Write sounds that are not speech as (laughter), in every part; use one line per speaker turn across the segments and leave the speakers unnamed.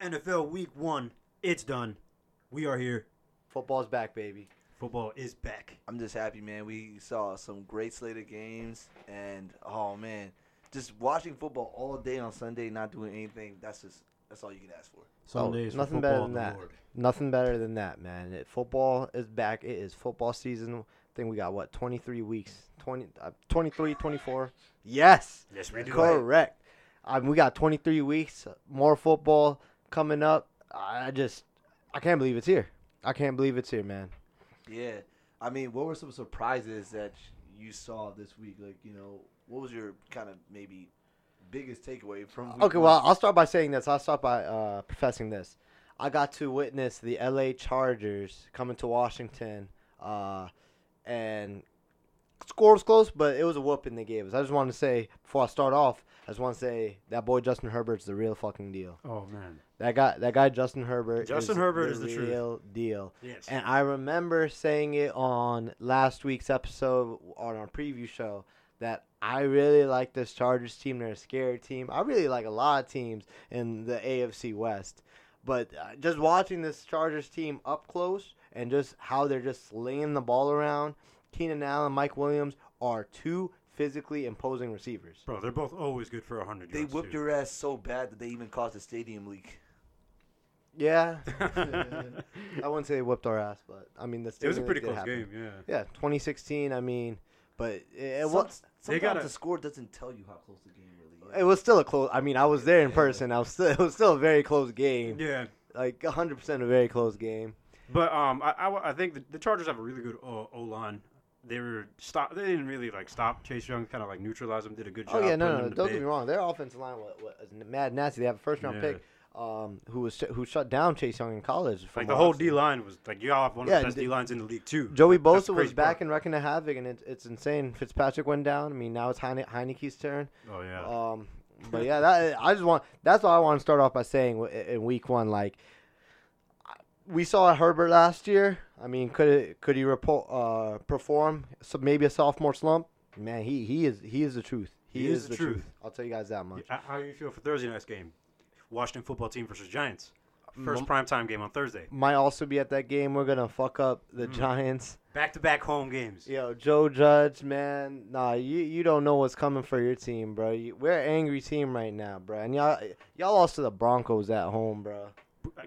NFL Week One. It's done. We are here.
Football's back, baby.
Football is back.
Oh,
I'm just happy, man. We saw some great slate of games, and oh man, just watching football all day on Sunday, not doing anything. That's just that's all you can ask for.
Some
Oh,
days for
nothing
football
better
and
than
the
that.
Lord.
Nothing better than that, man. It, football is back. It is football season. I think we got what 23 weeks, 20, uh, 23, 24. Yes,
Yes, we do.
correct. Um, we got 23 weeks more football coming up. I just, I can't believe it's here. I can't believe it's here, man.
Yeah, I mean, what were some surprises that you saw this week? Like, you know, what was your kind of maybe biggest takeaway from? week
Okay,
one?
well, I'll start by saying this. I'll start by uh, professing this. I got to witness the LA Chargers coming to Washington, uh, and score was close, but it was a whooping they gave us. I just want to say before I start off, I just want to say that boy Justin Herbert's the real fucking deal.
Oh man.
That guy, that guy Justin Herbert.
Justin Herbert is the truth.
real deal.
Yes.
And I remember saying it on last week's episode on our preview show that I really like this Chargers team. They're a scary team. I really like a lot of teams in the AFC West. But uh, just watching this Chargers team up close and just how they're just slinging the ball around, Keenan Allen, Mike Williams are two physically imposing receivers.
Bro, they're both always good for hundred.
they whipped your ass so bad that they even caused a stadium leak.
Yeah,
(laughs) it
I wouldn't say they whipped our ass, but I mean, that's
was a pretty
did
close
happen.
game. Yeah.
Yeah, 2016. I mean, but it, it
Some-
was
sometimes
gotta-
the score doesn't tell you how close the game really is.
It was still a close. I mean, I was there in
Yeah.
person. I was still. (laughs) It was still a very close game.
Yeah.
Like 100 percent a very close game.
But um, I, I, I think the, the Chargers have a really good uh, O line. They were stop. They didn't really like stop Chase Young. Kind of like neutralize him. Did a good job.
Oh yeah,
putting
no,
him
no, no.
to
Don't get
bed.
me wrong. Their offensive line was, was mad nasty. They have a first round
Yeah.
pick, um, who was who shut down Chase Young in college. from
Like the
what
whole
I've seen.
D line was like you all have one
Yeah,
of the best
they-
D lines in the league too.
Joey
That's
Bosa was
crazy, bro.
back and wrecking the havoc, and it, it's insane. Fitzpatrick went down. I mean, now it's Heine, Heineke's turn.
Oh yeah.
Um, but yeah, that I just want that's what I want to start off by saying wi- in week one. Like I- we saw Herbert last year. I mean, could it, could he repo, uh, perform? So maybe a sophomore slump. Man, he he is he is the truth. He, is, the truth. I'll tell you guys that much.
How how you feel for Thursday night's game? Washington football team versus Giants. First
Mm.
primetime game on Thursday.
Might also be at that game. We're gonna fuck up the Giants.
Back to back home games.
Yo, Joe Judge, man, nah, you you don't know what's coming for your team, bro. You, we're an angry team right now, bro. And y'all y'all lost to the Broncos at home, bro.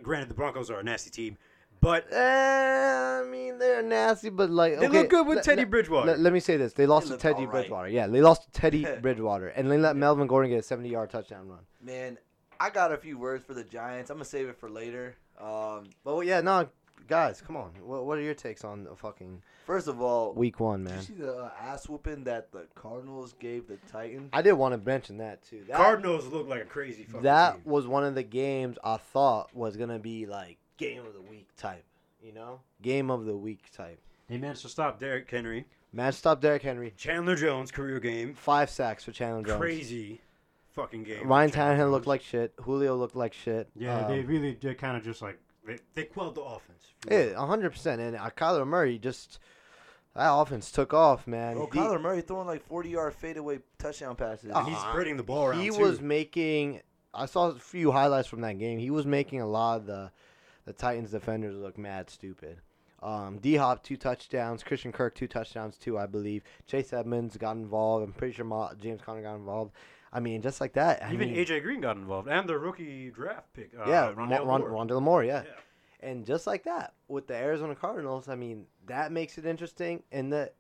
Granted, the Broncos are a nasty team, but
Eh, I mean, they're nasty, but like
They
okay,
look good with
let-
Teddy
let-
Bridgewater.
Let, let me say this: they lost to
look
Teddy
alright.
Bridgewater. Yeah, they lost to Teddy Bridgewater, and they let Melvin Gordon get a seventy-yard touchdown run.
Man, I got a few words for the Giants. I'm gonna save it for later. Um,
But yeah, no, guys, come on. What, what are your takes on the fucking
first of all,
week one,
did you
man?
see the uh, ass whooping that the Cardinals gave the Titans?
I did want to mention that too. That,
Cardinals look like a crazy fucking
that
team.
was one of the games I thought was gonna be like game of the week type, you know, game of the week type.
They managed to stop Derrick Henry.
Match stop Derrick Henry,
Chandler Jones career game.
five sacks for Chandler Jones.
Crazy fucking game.
Ryan
Chandler
Tannehill looked
Jones.
like shit. Julio looked like shit.
Yeah,
Um,
they really did kind of just like they, they quelled the offense.
Yeah, hundred percent. And uh, Kyler Murray just that offense took off, man.
Bro,
Oh,
The-
Kyler Murray throwing like 40 yard fadeaway touchdown passes.
And he's
Uh-uh.
spreading the ball around.
he
too.
was making. I saw a few highlights from that game. He was making a lot of the the Titans defenders look mad stupid. Um, D Hop two touchdowns. Christian Kirk two touchdowns too, I believe. Chase Edmonds got involved. I'm pretty sure Ma- James Conner got involved. I mean, just like that. I
even
mean,
AJ Green got involved and the rookie draft pick. Uh,
yeah,
Rondale
Ron,
Moore.
Ron, Rondale Moore, yeah.
Yeah.
And just like that, with the Arizona Cardinals, I mean, that makes it interesting in the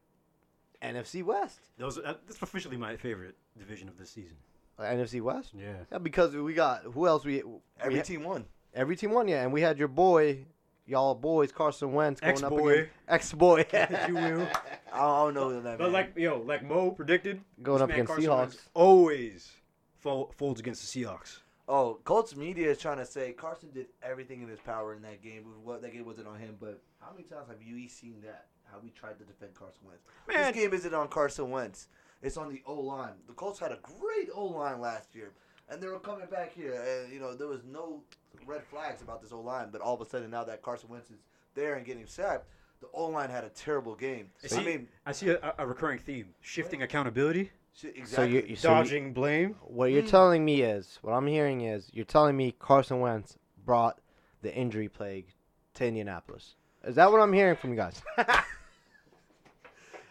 NFC West.
Those uh, that's officially my favorite division of this season.
Uh, NFC West.
Yeah.
Yeah, because we got who else? We we
Every
had-
team won.
every team won. Yeah, and we had your boy, y'all boys, Carson Wentz going up
Ex-boy.
against ex
(laughs)
boy,
(laughs) If you
(laughs)
will.
I don't, I don't know
(laughs)
that.
But
man.
like yo, like Mo predicted,
Going
this
up
man
against
Carson
Seahawks.
Wentz always fol- folds against the Seahawks.
Oh, Colts media is trying to say Carson did everything in his power in that game. What that game wasn't on him, but how many times have you seen that? How we tried to defend Carson Wentz.
Man.
This game isn't on Carson Wentz. It's on the O line. The Colts had a great O line last year, and they were coming back here, and you know there was no red flags about this O line. But all of a sudden, now that Carson Wentz is there and getting sacked, the O line had a terrible game.
I
I
see,
mean,
I see a, a recurring theme: shifting accountability,
shit,
So
exactly.
you, you so you-
dodging blame.
what you're telling me is what I'm hearing is you're telling me Carson Wentz brought the injury plague to Indianapolis. Is that what I'm hearing from you
(laughs)
guys?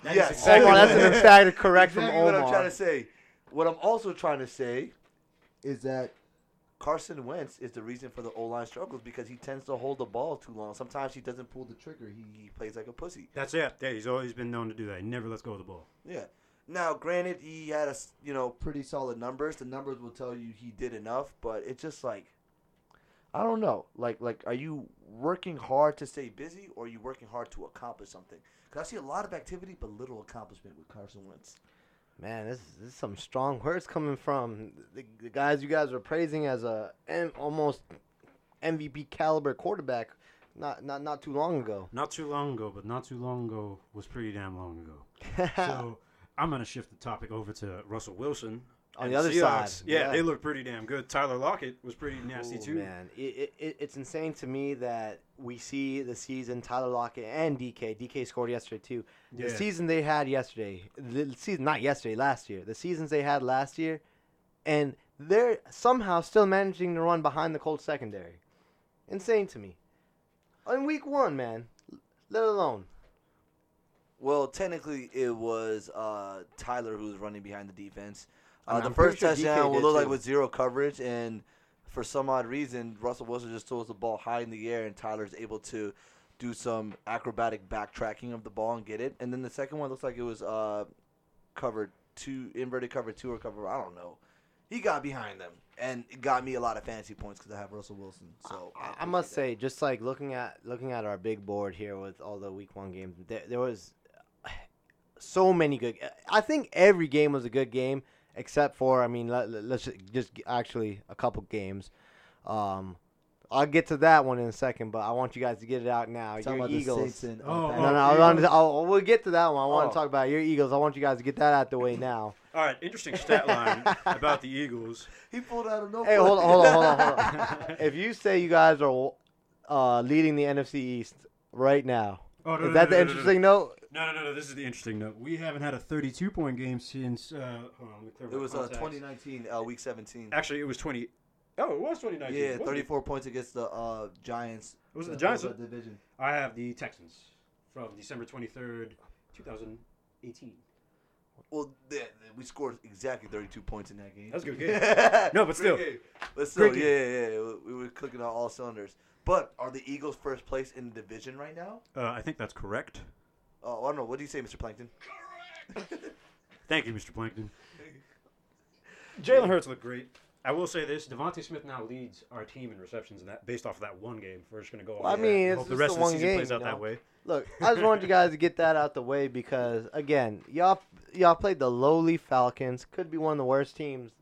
That is
Yes.
exactly
Omar,
what-
that's an exact correct
exactly
from
what I'm trying
Omar.
to say. What I'm also trying to say is that Carson Wentz is the reason for the O line struggles because he tends to hold the ball too long. Sometimes he doesn't pull the trigger. He, he plays like a pussy.
That's it. Yeah, he's always been known to do that. He never lets go of the ball.
Yeah. Now, granted, he had a s- you know pretty solid numbers. The numbers will tell you he did enough, but it's just like I don't know. Like like, are you working hard to stay busy, or are you working hard to accomplish something? Because I see a lot of activity but little accomplishment with Carson Wentz.
Man, this, this is some strong words coming from the, the guys you guys were praising as a M, almost MVP caliber quarterback not not not too long ago.
Not too long ago, but not too long ago was pretty damn long
(laughs)
ago. So I'm gonna shift the topic over to Russell Wilson.
On
and
the other
Seahawks.
side,
yeah,
yeah.
they look pretty damn good. Tyler Lockett was pretty nasty
Ooh,
too.
Man, it, it- it, it's insane to me that we see the season Tyler Lockett and DK. DK scored yesterday too. The
Yeah.
season they had yesterday, the season not yesterday, last year. The seasons they had last year, and they're somehow still managing to run behind the Colts secondary. Insane to me. In week one, man. Let alone.
Well, technically, it was uh, Tyler who was running behind the defense. Uh,
And
the
I'm
first
pretty sure DK
touchdown
did
looked like
too.
with zero coverage, and for some odd reason, Russell Wilson just throws the ball high in the air, and Tyler's able to do some acrobatic backtracking of the ball and get it. And then the second one looks like it was uh, covered two, inverted cover two or cover. I don't know. He got behind them, and it got me a lot of fantasy points because I have Russell Wilson. So
I, I
appreciate
must
that.
say, just like looking at looking at our big board here with all the week one games, there, there was (sighs) so many good. I think every game was a good game, except for I mean, let, let- let's ju- just g- actually a couple games. Um, I'll get to that one in a second, but I want you guys to get it out now.
Talking
Your
about the
Eagles.
Saints and-
Oh,
no, no,
oh.
I want to, I'll, we'll get to that one. I want
Oh.
to talk about your Eagles. I want you guys to get that out the way now.
All right, interesting stat line about the Eagles.
he pulled out of nowhere.
Hey, hold on, hold on, hold on,
(laughs)
hold (laughs) on. if you say you guys are uh, leading the NFC East right now,
Oh, no,
is
no, no, no,
that the
no, no.
interesting note?
No, no, no, no. This is the interesting note. We haven't had a 32 point game since. Uh, hold on, let me clear
It
my
was uh,
contacts.
2019, uh, week 17.
Actually, it was 20. Oh, it was 2019.
Yeah,
wasn't it?
34 points against the uh, Giants.
Was it the
Uh,
Giants?
of the division?
I have the Texans from December 23rd, 2018.
Well, yeah, we scored exactly 32 points in that game.
That was a
(laughs)
good game.
good.
No, but still.
But still,
Great
yeah, yeah, yeah. We were clicking on all cylinders. But are the Eagles first place in the division right now?
Uh, I think that's correct.
Oh, I don't know. What do you say, Mr. Plankton? (laughs)
Thank you, Mr. Plankton. Jalen Hurts looked great. I will say this: Devontae Smith now leads our team in receptions, and that based off of that one game, we're just going to go.
Well, I
off
mean,
that.
it's
hope the
just
rest
the
of the
one
season
game,
plays
you
out
know.
that way.
Look, I just wanted you guys to get that out the way because again, y'all y'all played the lowly Falcons, could be one of the worst teams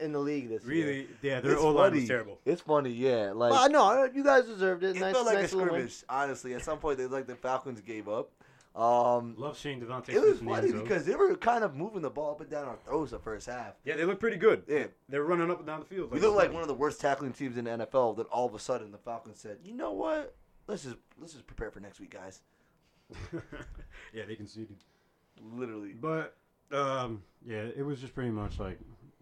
in the league this year.
Really, yeah, their
It's
O line was
funny.
terrible.
It's funny, yeah. Like
Well, no, you guys deserved it.
it
nice,
felt like
nice
a
little win.
scrimmage. Honestly, at some point, they like the Falcons gave up. Um,
Love seeing Devontae
it
Smith
was
in the
funny
end zone.
because they were kind of moving the ball up and down our throats the first half.
yeah, they look pretty good.
Yeah,
They're running up and down the field.
We look like one of the worst tackling teams in the NFL. Then all of a sudden, the Falcons said, "You know what? Let's just let's just prepare for next week, guys."
(laughs) yeah, they conceded.
Literally.
But um, yeah, it was just pretty much like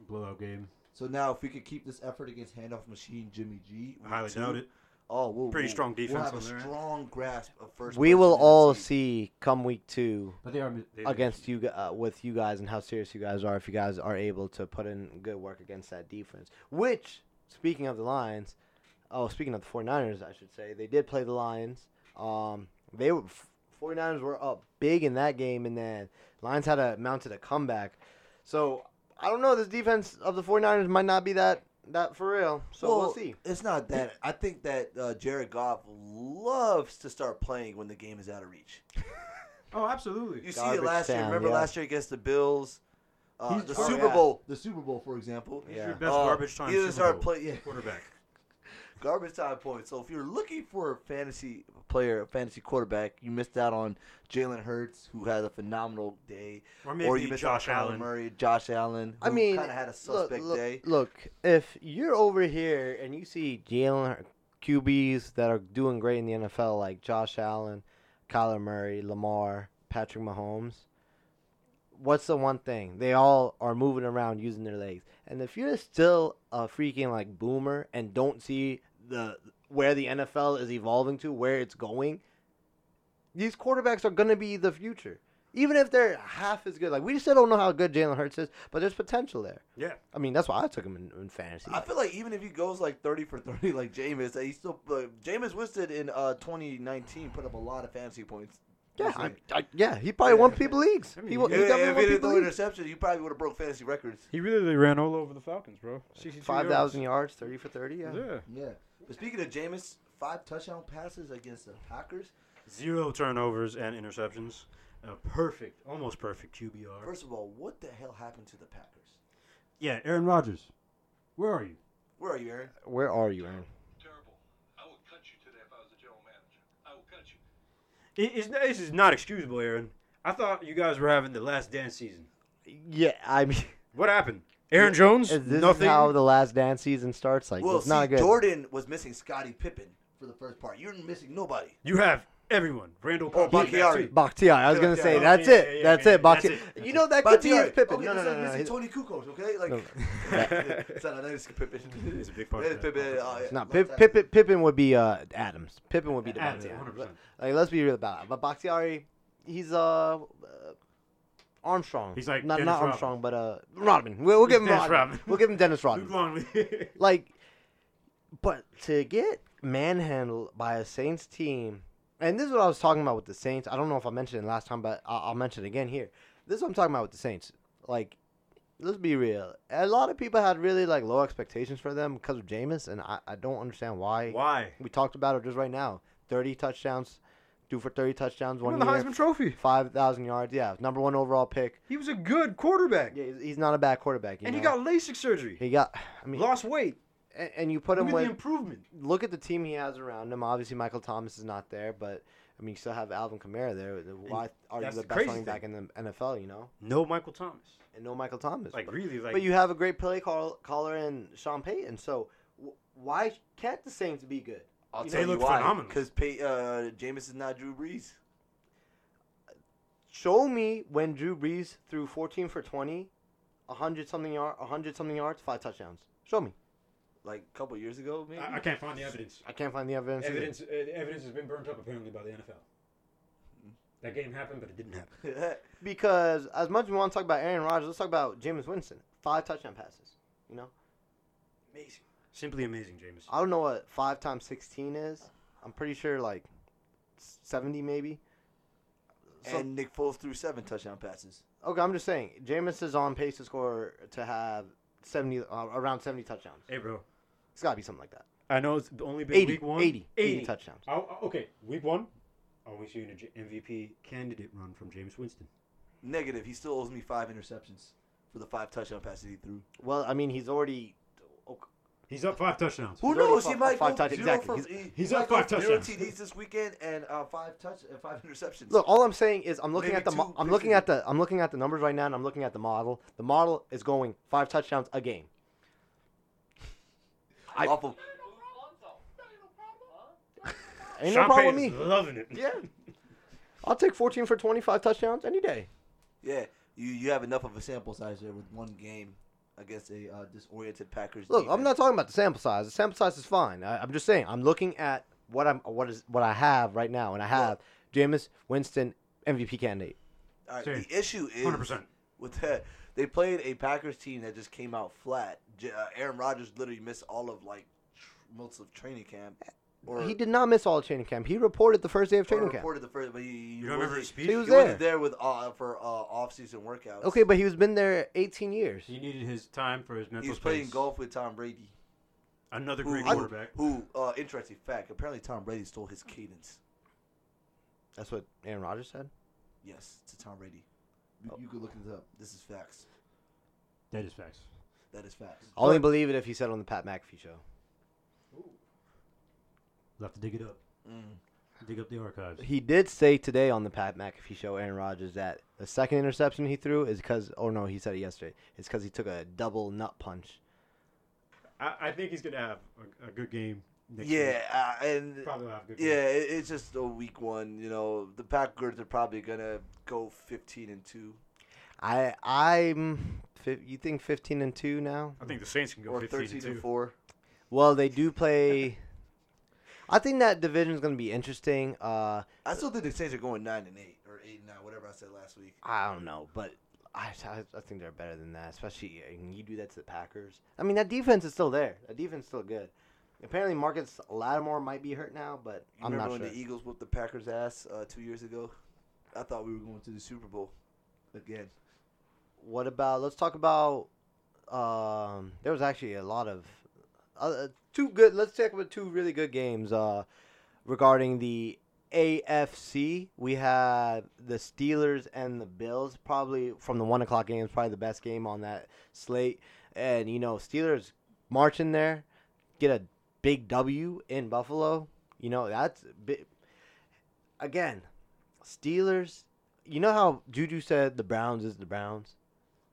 blowout game.
So now, if we could keep this effort against handoff machine Jimmy G,
I highly
two,
doubt it.
Oh, we'll,
Pretty
we'll-
strong
We'll
defense
have
on
a
their end.
strong grasp of first.
We
place
will
in the
all
NFC.
see come week two
But they are mi- they-
against you gu- uh, with you guys and how serious you guys are if you guys are able to put in good work against that defense. Which speaking of the Lions, oh speaking of the 49ers, I should say, they did play the Lions. Um they were 49ers were up big in that game and then Lions had a mounted a comeback. So I don't know this defense of the 49ers might not be that that for real. So we'll,
Well,
see.
It's not that. I think that uh, Jared Goff loves to start playing when the game is out of reach.
Oh, absolutely.
You see it
Garbage
last year.
town,
Remember
yeah.
last year against the Bills, uh,
He's-
the
oh,
Super
yeah.
Bowl, the Super Bowl, for example.
He's
Yeah.
your best
Uh,
garbage time
he doesn't
Super
start
Bowl
play- yeah. (laughs)
quarterback.
garbage time points. So if you're looking for a fantasy player, a fantasy quarterback, you missed out on Jalen Hurts, who had a phenomenal day,
Or
or
maybe
you missed
Josh
out on Kyler
Allen.
Murray, Josh Allen.
I mean,
kind of had a
look-
suspect
look,
day.
Look, if you're over here and you see Jalen Hur- QBs that are doing great in the NFL, like Josh Allen, Kyler Murray, Lamar, Patrick Mahomes, what's the one thing? They all are moving around using their legs. And if you're still a freaking like boomer and don't see the where the NFL is evolving to, where it's going, these quarterbacks are going to be the future. Even if they're half as good, like we still don't know how good Jalen Hurts is, but there's potential there.
Yeah.
I mean, that's why I took him in, in fantasy.
I feel like even if he goes like thirty for thirty, like Jameis, that he's still uh, Jameis Winston in uh, 2019 put up a lot of fantasy points.
yeah,
That's
I,
it.
I, yeah, he probably won people leagues.
I mean,
he, wa- he
if, if
definitely
he
won
didn't
people
throw
leagues.
interception, you probably would have broke fantasy records.
He really ran all over the Falcons, bro. 62
Five
yards.
thousand yards, thirty for thirty. Yeah.
Yeah.
Yeah, but speaking of Jameis, five touchdown passes against the Packers.
Zero turnovers and interceptions. A perfect, almost perfect QBR.
First of all, what the hell happened to the Packers?
Yeah, Aaron Rodgers. Where are you?
Where are you, Aaron?
Where are you, Aaron?
Terrible. I would cut you today if I was the general manager. I would cut you.
this is not excusable, Aaron. I thought you guys were having the last dance season.
Yeah, I mean, (laughs)
What happened? Aaron Jones?
this
Nothing.
is how the last dance season starts. Like,
Well,
it's not
see,
good.
Jordan was missing Scottie Pippen for the first part. You're missing nobody.
you have everyone. Randall
Oh,
Cobb.
Bakhtiari.
Bakhtiari. I was
Yeah,
gonna
yeah,
say
yeah,
that's
yeah,
it.
yeah, yeah,
that's
yeah,
it.
that's
Bakhtiari.
it.
You know that could
But
be his Pippen.
Okay,
no, no,
this is
no, no.
missing
he's-
Tony Kukoc, okay? Like,
No.
(laughs)
(laughs) it's not, I know it's Pippen.
He's a big part
Yeah,
of that.
Pippen, oh, yeah,
No,
long
Pip,
time.
Pippen, Pippen would be uh, Adams. Pippen would be the
Adams,
Adams,
100%.
Like, let's be real about it. But Bakhtiari, he's uh, uh, Armstrong.
He's like
not,
Dennis
not
Rodman.
Armstrong, but uh, Rodman. We'll, we'll give
(laughs)
him
Dennis
Rodman.
Rodman.
We'll give him
(laughs)
Dennis
Luke
Rodman.
Longley.
Like, but to get manhandled by a Saints team, and this is what I was talking about with the Saints. I don't know if I mentioned it last time, but I'll, I'll mention it again here. This is what I'm talking about with the Saints. Like, let's be real. A lot of people had really like low expectations for them because of Jameis, and I, I don't understand why.
(laughs) Why?
We talked about it just right now. Thirty touchdowns, due for thirty touchdowns
Won
one
the
year,
Heisman Trophy.
five thousand yards. Yeah, number one overall pick.
He was a good quarterback.
Yeah, he's- he's not a bad quarterback. you
and he
know?
got LASIK surgery.
he got. I mean,
Lost weight.
and, and you put him
Look at
with
the improvement.
look at the team he has around him. Obviously, Michael Thomas is not there, but I mean, you still have Alvin Kamara there. Why are you
that's
the
the
best
crazy
running
thing.
back in the NFL? You know,
No Michael Thomas.
and no Michael Thomas.
Like
but,
really, like
but you have a great play call, caller in Sean Payton. So w- why can't the Saints be good?
I'll
They
tell you
look
why.
phenomenal.
Because uh, Jameis is not Drew Brees.
Show me when Drew Brees threw 14 for 20, 100 something yard, 100 something yards, five touchdowns. Show me.
Like a couple years ago, maybe.
I, I can't find the evidence.
I can't find the evidence. either.
Evidence, uh, evidence has been burnt up apparently by the NFL. That game happened, but it didn't happen.
Because as much as we want to talk about Aaron Rodgers, let's talk about Jameis Winston. Five touchdown passes. You know,
Amazing, simply amazing, James.
I don't know what five times 16 is. I'm pretty sure like 70 maybe. So-
(laughs) and Nick Foles threw seven touchdown passes.
okay, I'm just saying, Jameis is on pace to score to have 70 uh, around 70 touchdowns.
Hey, bro.
It's got to be something like that.
I know it's only been
80,
Eh. week one.
80, 80 touchdowns.
I, I- okay, week one. I want you an MVP candidate run from James Winston.
Negative. He still owes me five interceptions for the five touchdown passes he threw.
Well, I mean, he's already oh,
He's up five touchdowns.
Who
He's already
knows? He
five-
might
five
go
touch-
zero
exactly.
for,
He's-
he,
he's
he
up
might go
five
zero
touchdowns.
TDs this weekend and uh, five touch uh, five interceptions.
Look, all I'm saying is I'm looking
Maybe
at the mo-
two
I'm
picks
looking
in.
at the I'm looking at the numbers right now, and I'm looking at the model. The model is going five touchdowns a game. I-
Awful.
Ain't
Sean
no problem with
Payton's
me.
Loving it.
Yeah, I'll take 14 for 25 touchdowns any day.
Yeah, you you have enough of a sample size there with one game against a uh, disoriented Packers.
Look, I'm
defense.
not talking about the sample size. The sample size is fine. I, I'm just saying I'm looking at what I'm what is what I have right now, and I have Jameis Winston MVP candidate.
All right,
Sure.
the issue is
Hundred percent.
with that. They played a Packers team that just came out flat. J- uh, Aaron Rodgers literally missed all of like tr- most of training camp, or
He did not miss all of training camp. He reported the first day of
or
training camp.
reported the first. But he, he
You don't remember his
wasn't-
speech?
He was
he wasn't there with uh, for uh, off-season workouts.
Okay, but he was been there 18 years.
He needed his time for his mental
he was
space.
playing golf with Tom Brady.
Another
Who,
great quarterback.
who uh, interesting fact. Apparently, Tom Brady stole his cadence.
That's what Aaron Rodgers said.
Yes, to Tom Brady. You, you could look it up. This is facts.
That is facts.
That is facts.
I only believe it if he said it on the Pat McAfee show.
We'll have to dig it up.
Mm.
Dig up the archives.
He did say today on the Pat McAfee show, Aaron Rodgers, that the second interception he threw is because, oh no, he said it yesterday. It's because he took a double nut punch.
I, I think he's gonna have a, a good game next
Yeah,
week.
uh, and
Probably will have a good game.
yeah, it, it's just a weak one. You know, the Packers are probably gonna go 15 and two
I, I'm, fi- you think 15 and two now?
I think the Saints can go
or
15
13
and 2.
and four.
Well, they do play. I think that division's going to be interesting. Uh,
I still think the Saints are going nine and eight or eight and nine, whatever I said last week.
I don't know, but I, I, I think they're better than that. Especially and you do that to the Packers. I mean, that defense is still there. That defense is still good. Apparently, Marcus Lattimore might be hurt now, but
You
I'm
remember
not
when
sure.
the E Eagles whooped the Packers' ass uh, two years ago? I thought we were going to the Super Bowl again.
what about? Let's talk about. Um, there was actually a lot of uh, two good. Let's talk about two really good games. Uh, regarding the AFC, we have the Steelers and the Bills. Probably from the one o'clock game, is probably the best game on that slate. And you know, Steelers march in there, get a big W in Buffalo. You know, that's big. Again, Steelers. You know how Juju said the Browns is the Browns.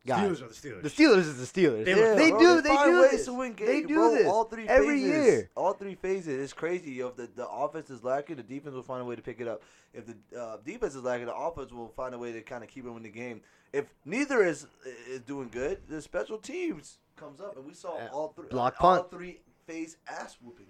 Guys,
Steelers are the Steelers.
the Steelers is the Steelers.
They look-
they
bro,
do. They,
find
do.
ways
this.
to win games.
They do
bro,
this
all three
every
phases,
year.
All three phases. It's crazy. If the, the offense is lacking, the defense will find a way to pick it up. If the uh, defense is lacking, the offense will find a way to kind of keep them in the game. If neither is is doing good, the special teams comes up, and we saw
Uh,
all three
block
all
punt.
three phase ass whooping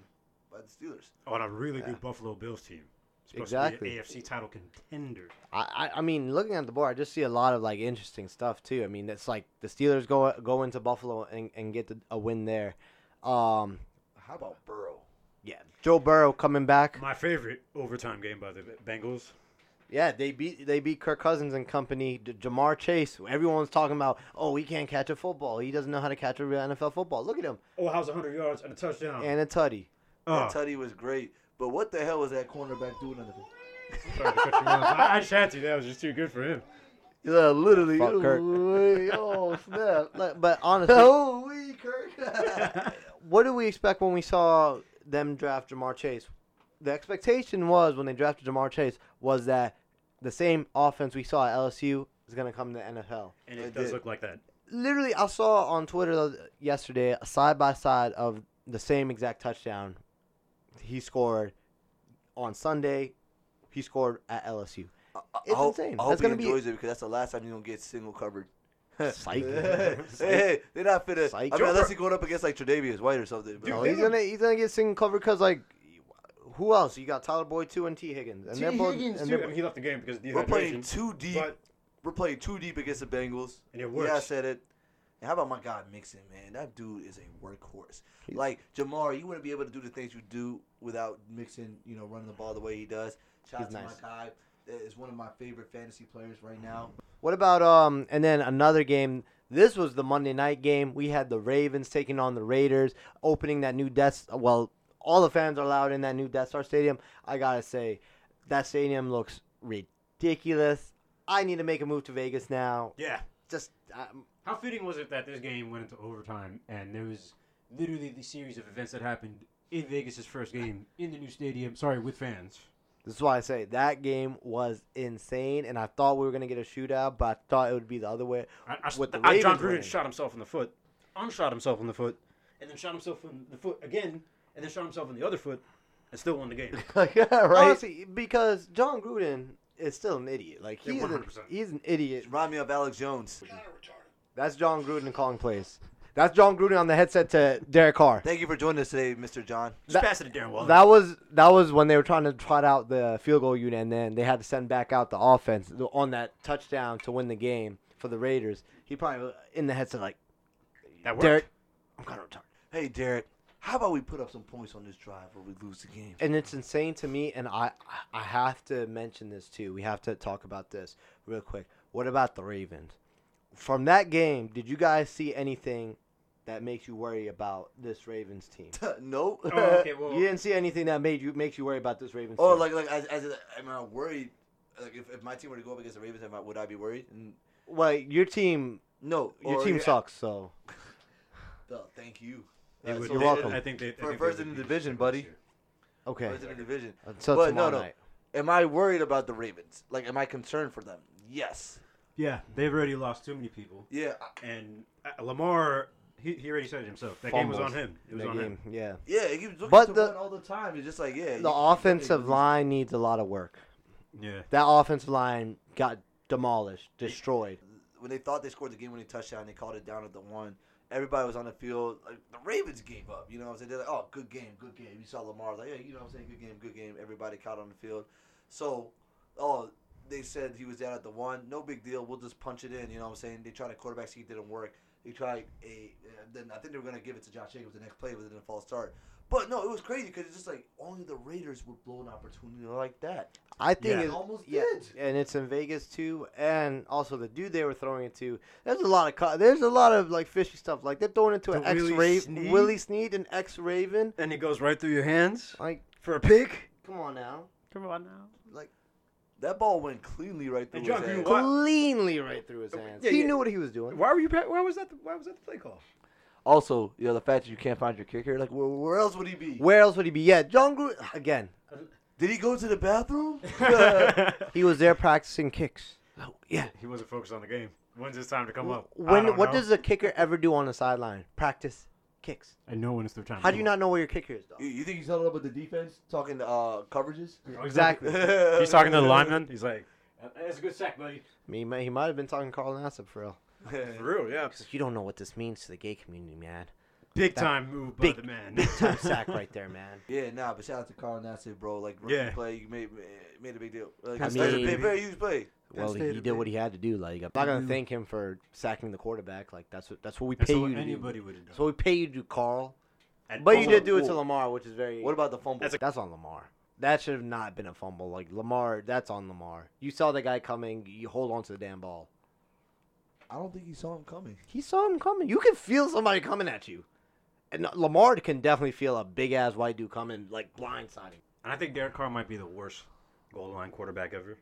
by the Steelers.
on a really good
Yeah.
Buffalo Bills team. Supposed
Exactly.
to be an AFC title contender.
I, I I mean, looking at the board, I just see a lot of like interesting stuff too. I mean, it's like the Steelers go go into Buffalo and, and get the, a win there. Um,
How about Burrow?
yeah, Joe Burrow coming back.
My favorite overtime game by the Bengals.
Yeah, they beat they beat Kirk Cousins and company. D- Jamar Chase. Everyone's talking about, oh, he can't catch a football. He doesn't know how to catch a real NFL football. Look at him
Oh, how's 100 yards and a touchdown?
and a tutty.
oh,
That Tutty was great, but what the hell was that cornerback doing? Under the-
sorry to cut you off. I, I just had to. That was just too good for
(laughs)
him.
yeah, literally.
Fuck Kirk.
oh snap!
(laughs) Like, but honestly,
Holy (laughs) Kirk!
what do we expect when we saw them draft Jamar Chase? The expectation was when they drafted Jamar Chase was that the same offense we saw at LSU is going to come to NFL.
And
It
it does
did.
look like that.
Literally, I saw on Twitter the- yesterday a side by side of the same exact touchdown he scored on Sunday. He scored at LSU. It's insane.
I hope
That's
he
gonna be-
enjoys it because that's the last time you're gonna get single covered.
Psych.
(laughs) hey, hey, they're not finna. I
Psych.
mean, unless he's going up against like Tre'Davious White or something. But
No,
they
he's
don't-
gonna he's gonna get single cover because like, who else? You got Tyler Boyd too and T Higgins, and they're both and they're
I mean, he left the game because of
we're playing
dehydration.
too deep.
But
we're playing too deep against the Bengals.
And it works.
Yeah, I said it. And how about my guy Mixon, man? That dude is a workhorse. Like Jamar, you wouldn't be able to do the things you do without Mixon, you know, running the ball the way he does. Shout out
He's
to
nice.
my guy. That is one of my favorite fantasy players right now.
What about um and then another game. This was the Monday night game. We had the Ravens taking on the Raiders, opening that new Death. Well, all the fans are allowed in that new Death Star Stadium. I gotta say, that stadium looks ridiculous. I need to make a move to Vegas now.
yeah.
Just um,
How fitting was it that this game went into overtime and there was literally the series of events that happened in Vegas' first game in the new stadium? Sorry, with fans.
this is why I say that game was insane, and I thought we were gonna get a shootout, but I thought it would be the other way. (laughs)
I, I,
With the
I, John
Ravens
Gruden
winning.
shot himself in the foot, unshot himself in the foot, and then shot himself in the foot again, and then shot himself in the other foot, and still won the game.
(laughs)
yeah,
Honestly, because John Gruden is still an idiot. Like
Yeah,
he's an,
100%.
he's an idiot.
Remind me of Alex Jones.
Kind of retarded.
That's John Gruden calling plays. That's John Gruden on the headset to Derek Carr.
Thank you for joining us today, Mr. John.
Just
That-
pass it to Darren Waller.
That was that was when they were trying to trot out the field goal unit, and then they had to send back out the offense th- on that touchdown to win the game for the Raiders. He probably was in the headset like
That worked.
Derek, I'm kind of retarded.
Hey, Derek, how about we put up some points on this drive or we lose the game? (laughs)
and it's insane to me and I I I have to mention this too. We have to talk about this real quick. What about the Ravens? From that game, did you guys see anything that makes you worry about this Ravens team?
nope.
Oh,
(laughs)
okay, well, Oh,
You didn't see anything that made you makes you worry about this Ravens
Or
team.
like, like, as, as, am I worried? Like, if, if my team were to go up against the Ravens, am I, would I be worried? N-
well, your team
No.
your
or-
team sucks, so
Oh, thank you.
They
Uh,
would-
so-
You're
they-
welcome.
I think they, I
For
think
first
they
in
would
the
be
division,
this
buddy.
year.
okay.
First in the division.
Until
But no,
tomorrow
no.
night.
Am I worried about the Ravens? Like, am I concerned for them? Yes.
Yeah, they've already lost too many people.
Yeah. I-
And uh, Lamar, he, he already said it himself. That game was on
Fumbles.
him. It was
That
on him.
game, yeah.
Yeah, he keeps looking
But
to
the-
win all the time. It's just like, yeah.
The
you-
offensive line needs a lot of work.
Yeah.
That offensive line got demolished, destroyed.
when they thought they scored the game winning touchdown, they called it down at the one, Everybody was on the field. Like the Ravens gave up. You know what I'm saying? They're like, oh, good game, good game. You saw Lamar like, yeah, you know what I'm saying? Good game, good game. Everybody caught on the field. So, oh, they said he was down at the one. No big deal. We'll just punch it in. You know what I'm saying? They tried a quarterback seat, didn't work. They tried a. uh, Then I think they were gonna give it to Josh Jacobs the next play, but then a false start. But no, it was crazy because it's just like only the Raiders would blow an opportunity like that.
I think
Yeah.
it-
They almost
yeah,
did.
and it's in Vegas too, and also the dude they were throwing it to. There's a lot of co- there's a lot of like fishy stuff. Like they're throwing it to
The
an ex
Willie
Raven,
Sneed?
Willie Sneed, an ex Raven.
And it goes right through your hands
Like,
for a pick.
come on now,
Come on now.
That ball went cleanly right through
And
his
John Gruden
hands.
What?
cleanly right through his hands.
yeah,
he
yeah.
knew what he was doing.
Why were you? pa- Why was that? The, why was that the play (laughs) call?
Also, you know the fact that you can't find your kicker, like where, where else would he be?
Where else would he be? Yeah, John Gruden again.
Did he go to
(laughs)
the bathroom?
He was there practicing kicks. Oh, yeah.
he wasn't focused on the game. When's his time to come up? I
When
don't
what
know.
does a kicker ever do on the sideline? Practice kicks.
I know when it's their time. to
How do you
come
not know where your kicker is,
you,
though?
you think he's held up with the defense, talking to, uh, (laughs) coverages?
up?
Exactly.
(laughs) He's talking to the lineman. He's like, "That's a good sack, buddy."
I mean, he might, he might have been talking Carl Nassib for real.
For real, yeah.
'Cause you don't know what this means to the gay community, man.
Big time move by
Big,
the man.
big
(laughs)
time sack right there, man.
(laughs) yeah, nah, but shout out to Carl Nassib, bro. Like rookie
Yeah.
play, you made made a big deal. Like,
I
that's a
mean-
big, very huge play.
Well, he, he did what he had to do. Like, I'm not gonna thank him for sacking the quarterback. Like, that's what that's what we
That's
pay
what
you to do.
anybody would have done.
That's what we pay you to do, Carl.
And
But you
also-
did do it to
cool.
Lamar, which is very.
What about the fumble?
That's a-
That's on Lamar. That should have not been a fumble. Like Lamar, that's on Lamar. You saw the guy coming. You hold on to the damn ball.
I don't think he saw him coming.
He saw him coming. You can feel somebody coming at you. And Lamar can definitely feel a big ass white dude coming, like blindsiding.
And I think Derek Carr might be the worst goal line quarterback ever.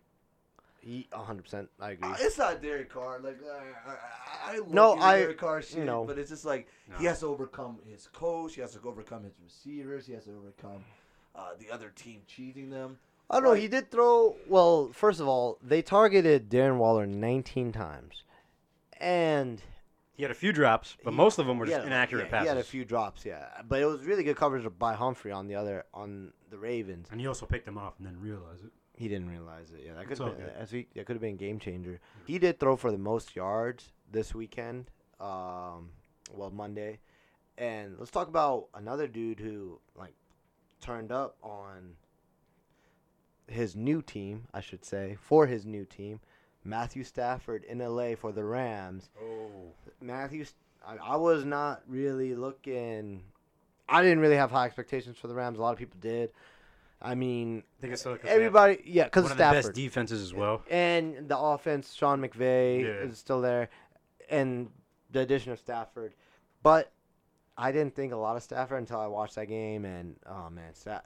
He, 100%. I agree.
Uh, it's not Derek Carr. Like I, I, I love
No,
hearing
I-
Derek Carr shit,
no.
but it's just like he
No.
has to overcome his coach. He has to overcome his receivers. He has to overcome uh, the other team cheating them.
I don't know. He did throw. Well, first of all, they targeted Darren Waller 19 times. And
He had a few drops, but most of them were
he
just
had-
inaccurate
yeah,
passes.
He had a few drops, yeah. But it was really good coverage by Humphrey on the other, on the Ravens.
And he also picked them off and didn't realize it.
He didn't realize it. Yeah, that could
all
have been,
good.
as we, that could have been a game changer. He did throw for the most yards this weekend. Um, well, Monday, and let's talk about another dude who like turned up on his new team, I should say, for his new team, Matthew Stafford in LA for the Rams.
Oh.
Matthew, S- I, I was not really looking. I didn't really have high expectations for the Rams. A lot of people did. I mean,
I think it's still 'cause they have
everybody, yeah,
one
because
of
Stafford
the best defenses as well.
and the offense, Sean McVay
Yeah.
is still there, and the addition of Stafford. But I didn't think a lot of Stafford until I watched that game, and oh man, Sta-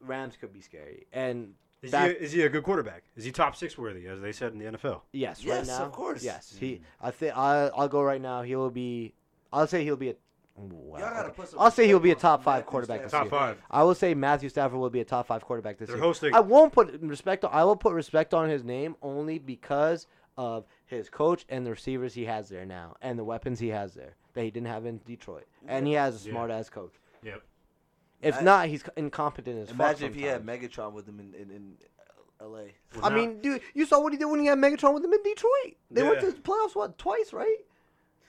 Rams could be scary. And
Is,
Staff-
he, is he a good quarterback? Is he top six worthy, as they said in the NFL?
yes, right
Yes,
now,
of course. Mm.
yes, he. I think I I'll go right now. He will be. I'll say he'll be a. Wow,
Y'all gotta
okay.
put some
I'll say he'll be a
respect on
top five
Matthew
quarterback this
Stafford.
year.
Top five.
I will say Matthew Stafford will be a top five quarterback this
They're
year.
hosting.
I won't put respect on. I will put respect on his name only because of his coach and the receivers he has there now and the weapons he has there that he didn't have in Detroit. And he has a
Yeah.
smart ass coach.
Yep.
If
I-
not, he's incompetent as fuck.
Imagine if he had
sometimes.
Megatron with him in, in, in L.A.
Well,
I
now-
mean, dude, you saw what he did when he had Megatron with him in Detroit. They went
Yeah.
to the playoffs what twice, right?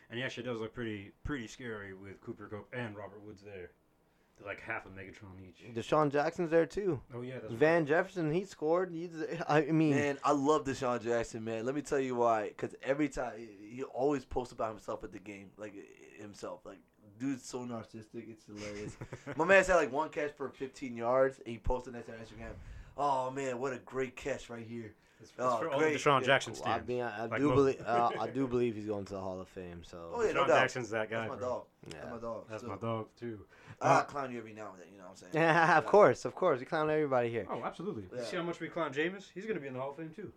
And he actually does look pretty pretty scary with Cooper Cup and Robert Woods there. They're like half a Megatron each.
Deshaun Jackson's there too.
Oh, yeah. That's
Van Jefferson, he scored. He's, I
Mm.
mean,
Man, I love Deshaun Jackson, man. Let me tell you why. Because every time he always posts about himself at the game, like himself, like dude's so narcissistic. It's hilarious.
(laughs)
My man's had like one catch for 15 yards, and he posted that to Instagram. Oh man, what a great catch right here!
It's, it's
Oh,
for all
great.
the Deshaun
Yeah.
Jackson
well, I,
stands.
mean, I, I
Like
do
most- (laughs)
believe uh, I do believe he's going to the Hall of Fame. So
Oh yeah, no
Deshaun
doubt.
Jackson's that guy.
That's my
bro.
dog.
Yeah.
That's my dog.
That's
So,
my dog, too.
I gotta clown you every now and then. You know what I'm
(laughs)
saying?
Yeah, (laughs) of course, of course. We clown everybody here.
Oh, absolutely.
Yeah.
You see how much we clown Jameis? He's going to be in the Hall of Fame, too.